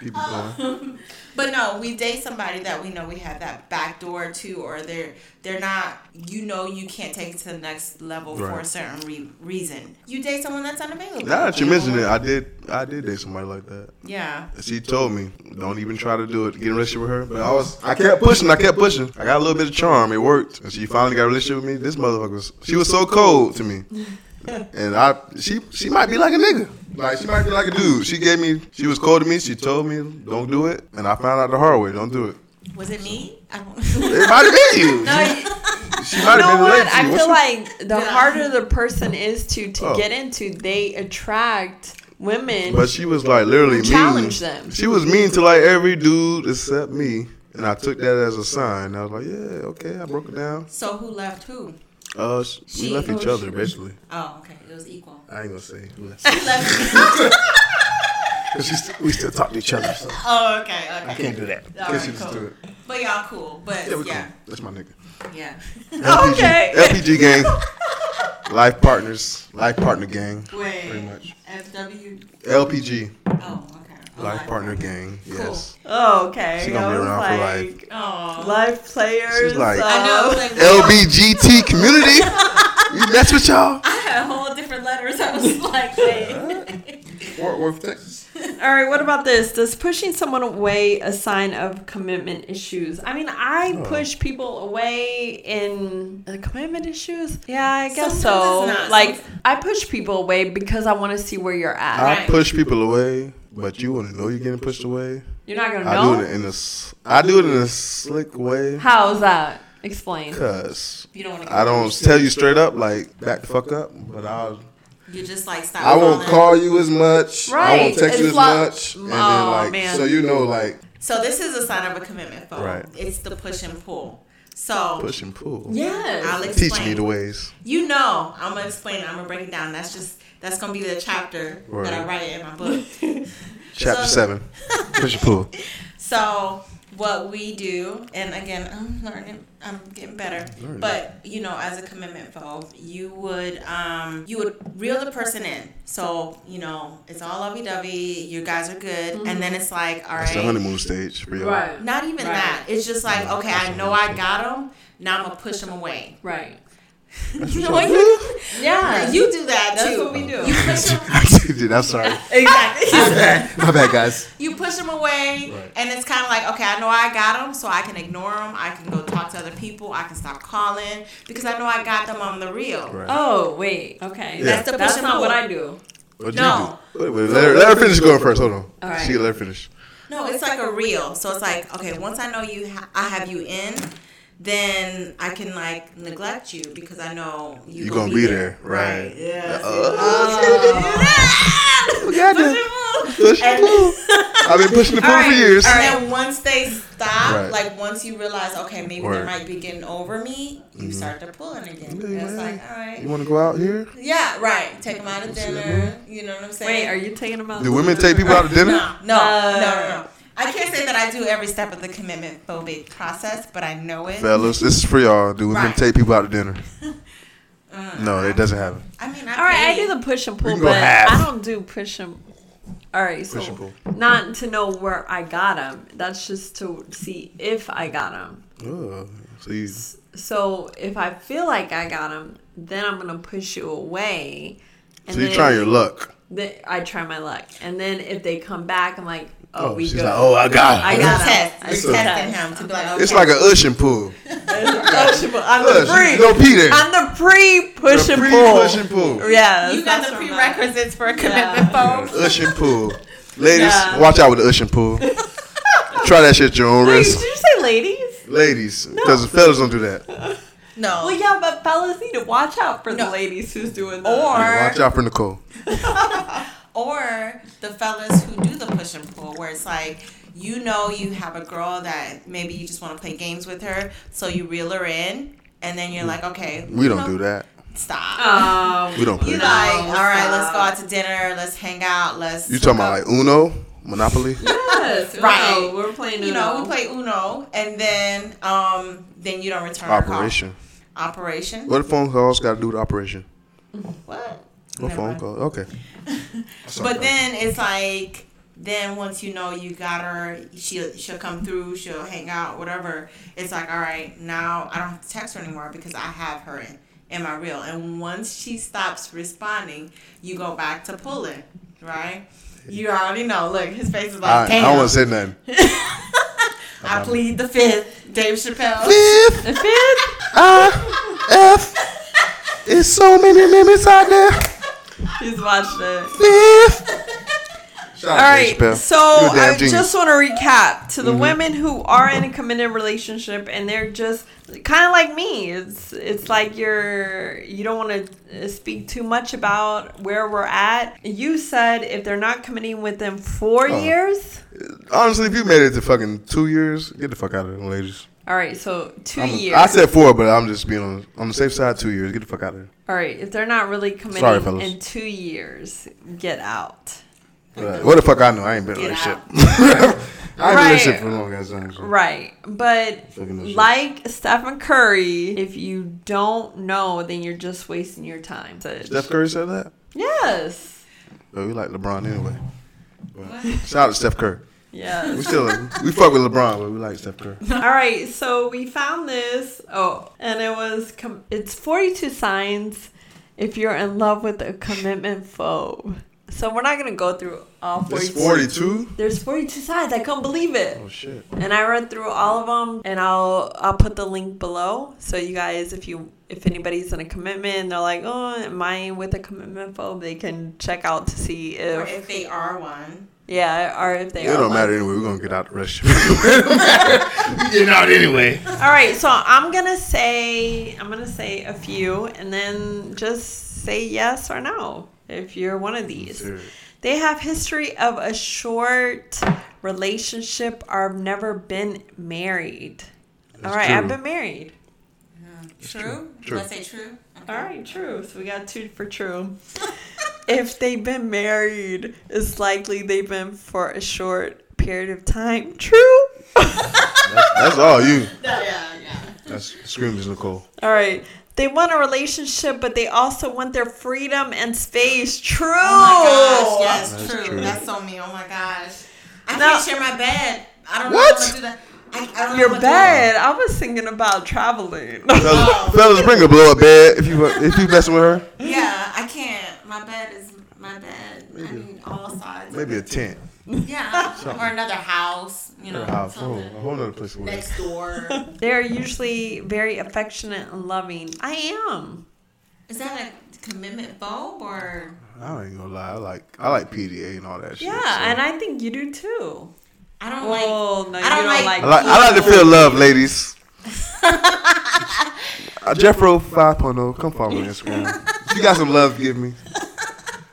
People going. But no, we date somebody that we know we have that back door to, or they're they're not. You know, you can't take it to the next level for a Right. certain re- reason. You date someone that's unavailable. Now that you mention it, I did. I did date somebody like that. Yeah. She told me, don't even try to do it. Get in a relationship with her. But I was, I kept pushing, I kept pushing. I got a little bit of charm. It worked. And she finally got a relationship with me. This motherfucker was, she was so cold to me. And I, she, she might be like a nigga. Like, she might be like a dude. She gave me, she was cold to me. She told me, don't do it. And I found out the hard way, don't do it. Was it me? I don't. <laughs> <laughs> It might have been you. she might You know have been what? related to I you. feel What like the Yeah. harder the person is to to Oh. get into, they attract you- women. But she was like literally mean. Challenge them. She was mean to like every dude except me. And I took that as a sign. I was like, yeah, okay. I broke it down. so who left who? Uh, sh- She- we left each oh, other basically. Oh, okay. It was equal. I ain't gonna say who <laughs> left. Left. <laughs> Cause we still, we still talk to each other, so Oh, okay. Okay. I can't do that. All right, cool. do it. But y'all cool. But Yeah, yeah, we yeah. cool. That's my nigga. LPG, Okay. LPG gang. life partners. Life partner gang. Wait. Pretty much. FW. LPG. Oh, okay. Life partner gang. Yes. Oh, okay. She gonna be I was around for like, Oh. Live players. She's like- I know. uh, <laughs> Like, LBGT community. You mess with y'all. I had whole different letters. I <laughs> was like, wait. Fort Worth, Texas. All right, what about this? Does pushing someone away a sign of commitment issues? I mean, Oh. I push people away in uh, commitment issues. Yeah, I guess Sometimes so. it's not. Like, I push people away because I want to see where you're at. I Right. push people away, but you wouldn't know you're getting pushed away. You're not gonna I do know. it in a, s- I do it in a slick way, How's that? Explain. cause You don't want to. I don't tell you straight up like back the fuck up, but I'll You just like stop. I won't calling. call you as much. I Right. won't text you It's as like- much. And then Aw, like man. so you know like So this is a sign of a commitment phone. Right. It's the push and pull. So push and pull. I'll Yes. explain. Teach me the ways. You know, I'm gonna explain. it. I'm gonna break it down. That's just that's gonna be the chapter that I Right. write in my book. Chapter So- <laughs> seven. Push and pull. So what we do, and again, I'm learning, I'm getting better. Learning. But you know, as a commitment phobe, you would um, you would reel the person in. So you know, it's all lovey dovey. You guys are good, and then it's like, all That's the right, honeymoon stage for y'all. <laughs> Right. not even Right. that. It's just like, okay, I know I got them. Now I'm gonna push them away. Right. <laughs> You know what? You, Yeah. you do that That's too. what we do. You push them Dude, I'm sorry. exactly. <laughs> My bad, guys. you push them away Right. and it's kind of like okay i know i got them so i can ignore them i can go talk to other people i can stop calling because i know i got them on the real Right. Oh wait. Okay. Yeah. That's the That's push and not what pull. I do. What'd No. you do? Wait, wait, let, her, let her finish going first. Hold on. All right. She let her finish. no it's like a real so it's like okay once i know you ha- i have you in then i can like neglect you because i know you You gonna be there, right. Uh, yeah <laughs> Push and pull. I've been pushing the pull for years. And then once they stop, Right. like once you realize, okay, maybe they Word. Mm-hmm. might be getting over me, you start to pulling again. Okay, it's right. like, all right. You want to go out here? Yeah, right. Take them out to Sit dinner. You know what I'm saying? Wait, are you taking them out? Do women take people out to dinner? No, no, no, Uh, no, no. I can't say that I do every step of the commitment phobic process, but I know it. Fellas, this is for y'all. Do women Right. take people out to <laughs> dinner? Uh, No, it doesn't happen. I mean, I All right, I paid- do the push and We pull, can go but half. I don't do push and. All right, so Push and pull. not to know where I got him. That's just to see if I got him. Oh, so you, So if I feel like I got him, then I'm gonna push you away. And so you then- try your luck. then I try my luck, and then if they come back, I'm like, oh, Oh, we she's good. like, oh, I got it. I You're got him. test. I You're got testing him. him to be like, okay. It's like a ush and pull. <laughs> I'm Ush, the pre. no pee there. I'm the pre push The and pre- pull. Push and pull. Yeah, you got that's the what I'm at. prerequisites for a <laughs> Yeah. commitment phobe. Ush and pull. <laughs> Ladies, Yeah. watch out with the ush and <laughs> pull. Try that shit at your own Wait, risk. did you say ladies? Ladies, because the fellas don't do that. No. Well, yeah, but fellas need to watch out for the No. ladies who's doing that. Or Watch out for Nicole. or the fellas who do the push and pull, where it's like you know you have a girl that maybe you just want to play games with her, so you reel her in, and then you're like, okay, Mm. We you don't know, do that. Stop. Um, We don't play You that. like, all right, let's stop. go out to dinner, let's hang out, let's. You talking about like Uno, Monopoly? <laughs> yes, Right. right. We're playing. you know, we play Uno, and then um, then you don't return Operation. Her call. Operation. What the phone calls got to do with operation? What? What Never phone mind. call? Okay. But then it's like, then once you know you got her, she'll she'll come through, she'll hang out, whatever. It's like, all right, now I don't have to text her anymore because I have her in, in my reel. And once she stops responding, you go back to pulling, right? You already know. Look, his face is like, I, I damn. don't want to say nothing. I plead the fifth, Dave Chappelle. Um, Fifth, Fifth, I, ah, F. It's so many limits out there. he's watched it. Fifth. All All right, so You're a damn Mm-hmm. I genius. just want to recap to the women who are in a committed relationship and they're just kind of like me. It's it's like you're you don't want to speak too much about where we're at. You said if they're not committing within four Oh. years. honestly, if you made it to fucking two years, get the fuck out of there, ladies. All right, so 2 I'm- years. I said four, but I'm just being on, on the safe side. Two years, get the fuck out of there. All right, if they're not really committing Sorry, fellas. in two years, get out. Right. What the fuck I know? I ain't been on Get <laughs> that shit. I haven't Right. done shit for a long ass time. so Right. But fucking no shit. like Stephen Curry, if you don't know, then you're just wasting your time. So- Steph Curry said that. Yes. Oh, we like LeBron anyway. But Shout out to Steph Curry. We Yes. still we fuck with LeBron, but we like Steph Curry. All right. So we found this. Oh, and it was com- it's 42 signs if you're in love with a commitment phobe. So we're not gonna go through all 42. It's 42. There's 42 signs. I couldn't believe it. Oh shit. and I read through all of them, and I'll I'll put the link below. So you guys, if you if anybody's in a commitment, and they're like, oh, am I with a commitment phobe? They can check out to see Or if if they are one. yeah, or if they It are don't one. matter anyway. We're gonna get out the rest. We getting out anyway. All right, so I'm gonna say I'm gonna say a few, and then just say yes or no if you're one of these. They have history of a short relationship or have never been married. all right, I've true. been married. True? True. Let's say true. All right, true. So we got two for true. <laughs> if they've been married, it's likely they've been for a short period of time. True. That's all you. Yeah, yeah. That's screams Nicole. All right. They want a relationship, but they also want their freedom and space. True. Oh my gosh, yes, That's true. true. That's on me. Oh my gosh. I Now- can't share my bed. I don't What? know how to do that. I, I don't know Your what to do. bed. I was thinking about traveling. <laughs> Oh. Fellas, fellas, bring a blow up bed if you if you messing with her. Yeah, I can't. My bed is my bed. I need all sides. Maybe a tent, Yeah. Something. Or another house, you know. a house, Oh, a whole, something. a whole other place. to live. Next <laughs> door. they are usually very affectionate and loving. I am. Is that a commitment phobe or? I ain't gonna lie. I like I like PDA and all that shit. Yeah, so. and I think you do too. I don't Oh, no, like. you I don't, don't like. like- I like, I like to feel love, ladies. <laughs> uh, Jeffro 5.0, come follow me on Instagram. If you got some love, to give me.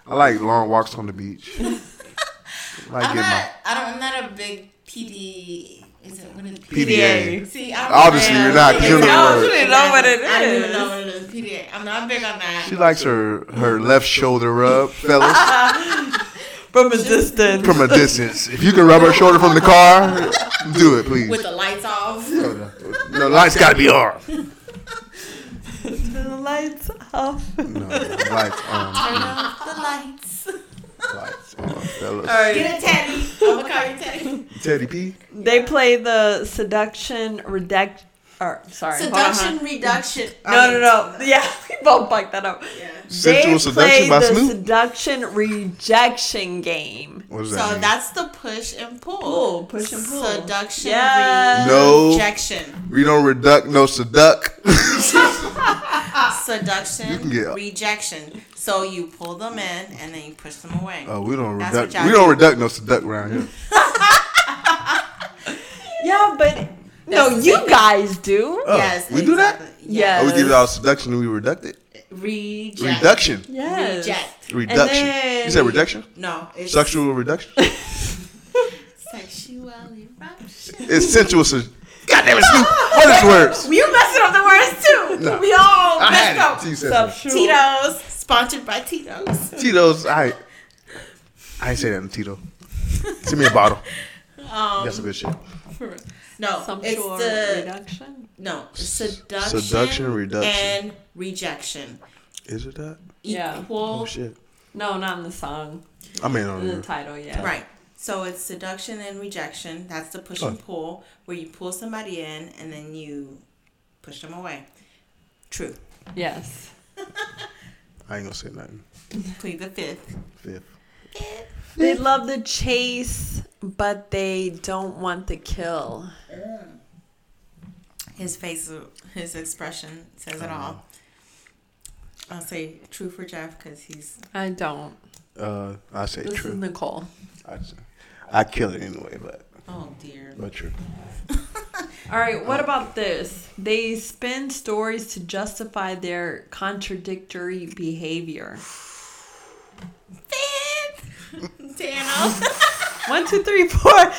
I like long walks on the beach. I like I'm getting not. my I don't. I'm not a big PD. Is it what is it? PDA. See, I don't Obviously, you're not, 'cause you don't know Exactly. what it is. I don't even know what it I don't is. even know what it is. PDA. I'm not big on that. She likes her her left shoulder rub, fellas, From a distance. <laughs> from a distance. If you can rub her shoulder from the car, do it, please. With the lights <laughs> off. No, lights gotta be off. No, the lights off. lights on, Turn off the lights. lights on, fellas. All right. Get a teddy. I'm gonna call you teddy. Teddy P. They play the seduction redact or sorry. hold on, Seduction reduction. hon. Uh-huh. No, no, no. Yeah, <laughs> we both fucked that up. Yeah. Sensual they play seduction by the Snoop. seduction rejection game. What does So that mean? that's the push and pull. Pull, push and pull. Seduction. Yes. No. Rejection. We don't reduct, no seduct. <laughs> Seduction. can get- Rejection. So you pull them in and then you push them away. Oh, we don't That's reduct. what y'all We don't reduct no seduct round here. Yeah, but no, That's- you guys do. Oh, yes. we do that? exactly. Yeah. Oh, we give y'all seduction and we reduct it. Reject. Reduction. Yes. Reject. Reduction. then- you said reduction? No. It's <laughs> Sexual reduction? Sexual eruption. it's sensual. Se- God damn it, Snoop. What is words? You messed up the words too. No. We all I messed had up. it. till you said something. Substitute. Tito's, sponsored by Tito's. Tito's. I. I ain't say that in Tito. Send me a bottle. Um, That's some good shit. No, it's Substitute the reduction. no seduction, Seduction, reduction. and rejection Is it that? Yeah. equal. Oh shit. No, not in the song. I mean, I don't In the know. title, yeah. Right. So it's seduction and rejection. That's the push Oh. and pull, where you pull somebody in and then you push them away. True. Yes. I ain't gonna say nothing. Plead the fifth. Fifth. They love the chase, but they don't want the kill. His face, his expression says it Uh-huh. all. I'll say true for Jeff because he's I don't. Uh, I say This is true. Nicole. I, say- I kill it anyway, but oh dear. but true. All right, what about this? They spin stories to justify their contradictory behavior. Fifth. <laughs> Tano. One, two, three, four.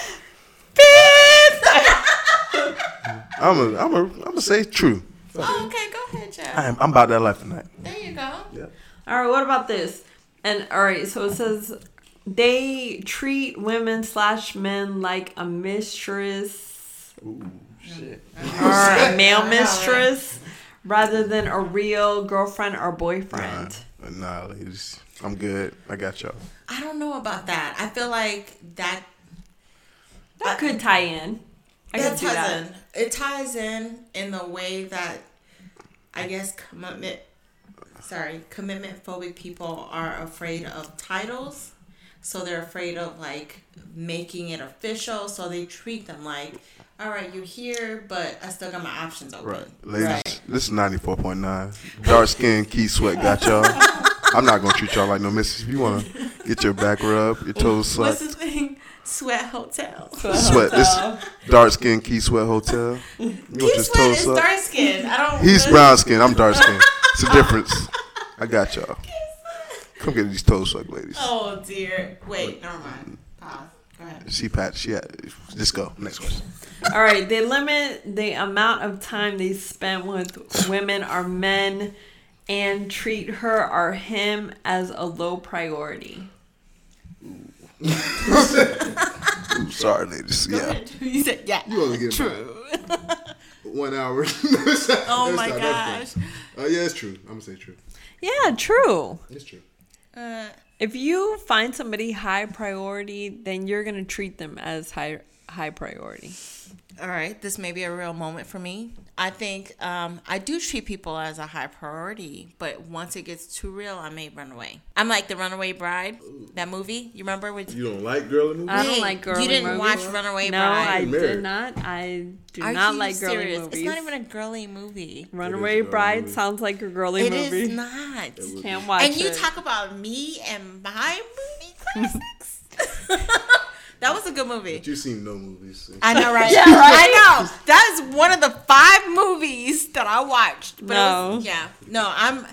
Fifth. <laughs> I'm a I'm a I'm gonna say true. Oh, okay, go ahead, Jeff. I am, I'm about that life tonight. There you go. All right, what about this? And all right, so it says they treat women slash men like a mistress or <laughs> a <laughs> male mistress rather than a real girlfriend or boyfriend. Nah, ladies. I'm good. I got y'all. I don't know about that. I feel like that That could tie in. I that could see ties that. in. It ties in in the way that I guess commitment, sorry, commitment phobic people are afraid of titles, so they're afraid of like making it official. So they treat them like, all right, you're here, but I still got my options open. Ladies, Right. this is 94.9. Dark skin, key sweat got <laughs> y'all. I'm not going to treat y'all like no missus. If you want to get your back rubbed, your toes What's sucked, the thing? <laughs> Sweat hotel. sweat. This dark skin, key sweat hotel. You want He's your sweat toes is sucked? dark skin. I don't. He's brown skin. I'm dark skin. It's a difference. I got y'all. Come get these toes sucked, ladies. Oh dear. Wait. Never mind. Pause. Go ahead. She pat. She had. Just go. Next question. All right, they limit the amount of time they spend with women or men and treat her or him as a low priority. I'm sorry, ladies. Yeah. <laughs> you said, yeah. You only get True. one hour. <laughs> Oh my gosh. Uh, yeah, it's true. I'm gonna say true. Yeah, true. It's true. Uh, If you find somebody high priority, then you're going to treat them as high high priority. All right, this may be a real moment for me. I think um, I do treat people as a high priority, but once it gets too real, I may run away. I'm like the Runaway Bride, that movie. You remember? With You don't like girl in movies? I don't Hey, like you girly didn't movies. watch Runaway No, Bride. I You're married. did not. I do Are not you like girly serious? movies. It's not even a girly movie. Runaway girly Bride movie. sounds like a girly It is <laughs> movie. not. Can't watch and you it. talk about me and my <laughs> movie classics. that was a good movie. You've seen no movies. so- I know, right? <laughs> yeah, I know. That is one of the five movies that I watched. But it was- No. yeah. No, I'm.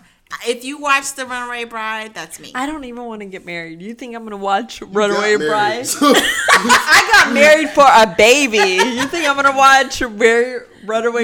If you watch The Runaway Bride, that's me. I, I don't even want to get married. You think I'm gonna watch Runaway Got married. Bride? <laughs> So- I got married for a baby. <laughs> You think I'm gonna watch Rare- Runaway,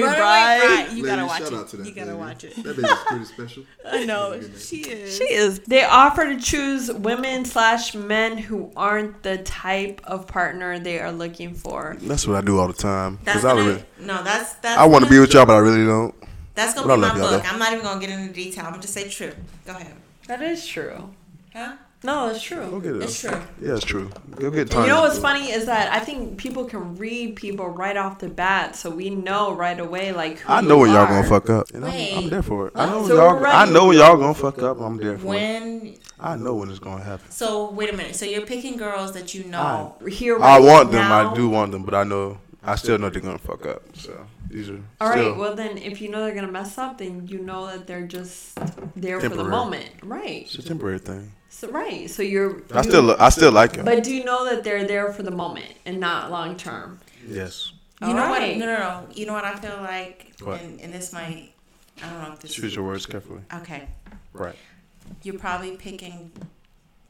Runaway Bride? Bride. You Ladies, gotta watch shout it. out to that you gotta lady. watch it. <laughs> That baby's pretty special. I know. She is. She is. They offer to choose women slash men who aren't the type of partner they are looking for. That's what I do all the time. That's Cause I, what I- really, no, that's that's. I want to be with y'all, but I really don't. That's gonna but I be my love y'all, book. though. I'm not even gonna get into detail. I'm gonna just say true. Go ahead. That is true. Huh? No, it's Go true. get it. It's true. Yeah, it's true. Go get time. You know what's funny is that I think people can read people right off the bat, so we know right away like who I know you when y'all are. gonna fuck up, and I'm, Wait. I'm there for it. I know when So we're y'all. I ready. know when y'all gonna fuck up. I'm there for it. When? I know when it's gonna happen. So wait a minute. So you're picking girls that you know. Here I right want them. now. I do want them, but I know. I still know they're gonna fuck up. So these are All right. still Well, then, if you know they're gonna mess up, then you know that they're just there for the Temporary. moment, right? it's a temporary thing. So right. So you're. I still. lo- I still like him. But do you know that they're there for the moment and not long term? Yes. you know Alright. what? No, no, no. You know what I feel like. What? And, and this might. I don't know if this. Choose is your words carefully. Okay. Right. you're probably picking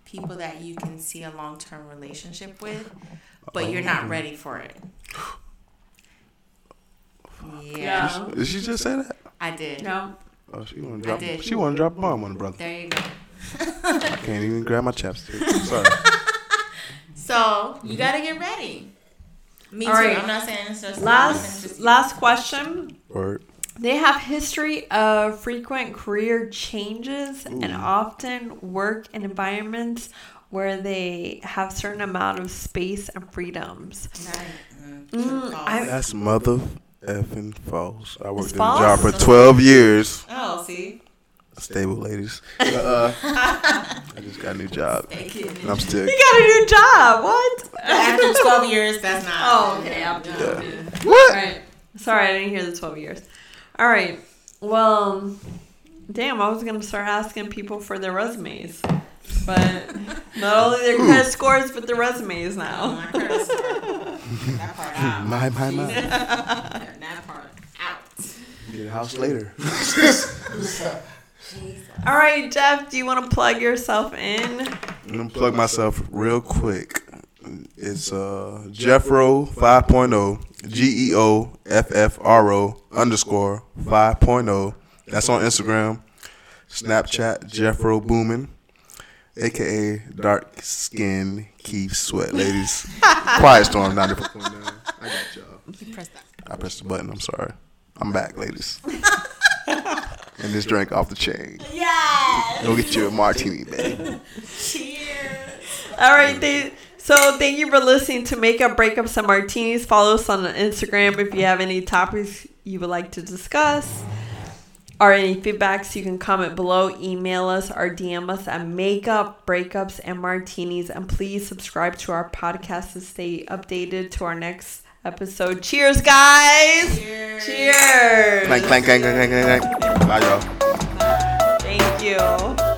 people that you can see a long term relationship with, but you're not ready for it. Yeah, Yeah. Did she just say that? I did. No. Oh, she wanna drop. did. She wanna drop a bomb on the brother. There you go. I can't even grab my <laughs> chapstick. Sorry. So you gotta get ready. Me All too. right. I'm not saying it's just it's Last just- last question. Word. They have history of frequent career changes and often work in environments where they have certain amount of space and freedoms. Right. Mm, Mm, false. I- That's mother effing false. I worked It's in a job for false? 12 years. oh, see, Stable ladies. Uh-uh. Uh, <laughs> I just got a new job. Thank you. And I'm <laughs> still. You got a new job. What? after 12 years, that's not. Oh, okay. I'm done. All What? right. <laughs> Sorry, I didn't hear the 12 years. All right. Well, damn, I was going to start asking people for their resumes. But not only their credit scores, but their resumes <laughs> now. My credit score. that part out. My, my, my. <laughs> that part out. Get a house later. All right, Jeff, do you want to plug yourself in? I'm going to plug myself real quick. It's uh, Jeffro 5.0, G E O F F R O underscore oh. 5.0. That's on Instagram, Snapchat, Jeffro Boomin. aka dark skin Keith <laughs> Sweat, ladies. Quiet storm. Not Come on now. I got y'all. Press that. I pressed the button. I'm sorry. I'm <laughs> back, ladies. and this drink off the chain. Yes. Go get you a martini, baby. All right. They, so thank you for listening to Makeup Breakups and Martinis. Follow us on Instagram if you have any topics you would like to discuss or any feedbacks. You can comment below, email us, or DM us at Makeup Breakups and Martinis. And please subscribe to our podcast to stay updated to our next episode. Cheers, guys. Cheers. Cheers. Clank, clank, clank, clank, clank, clank. Bye, y'all. Thank you.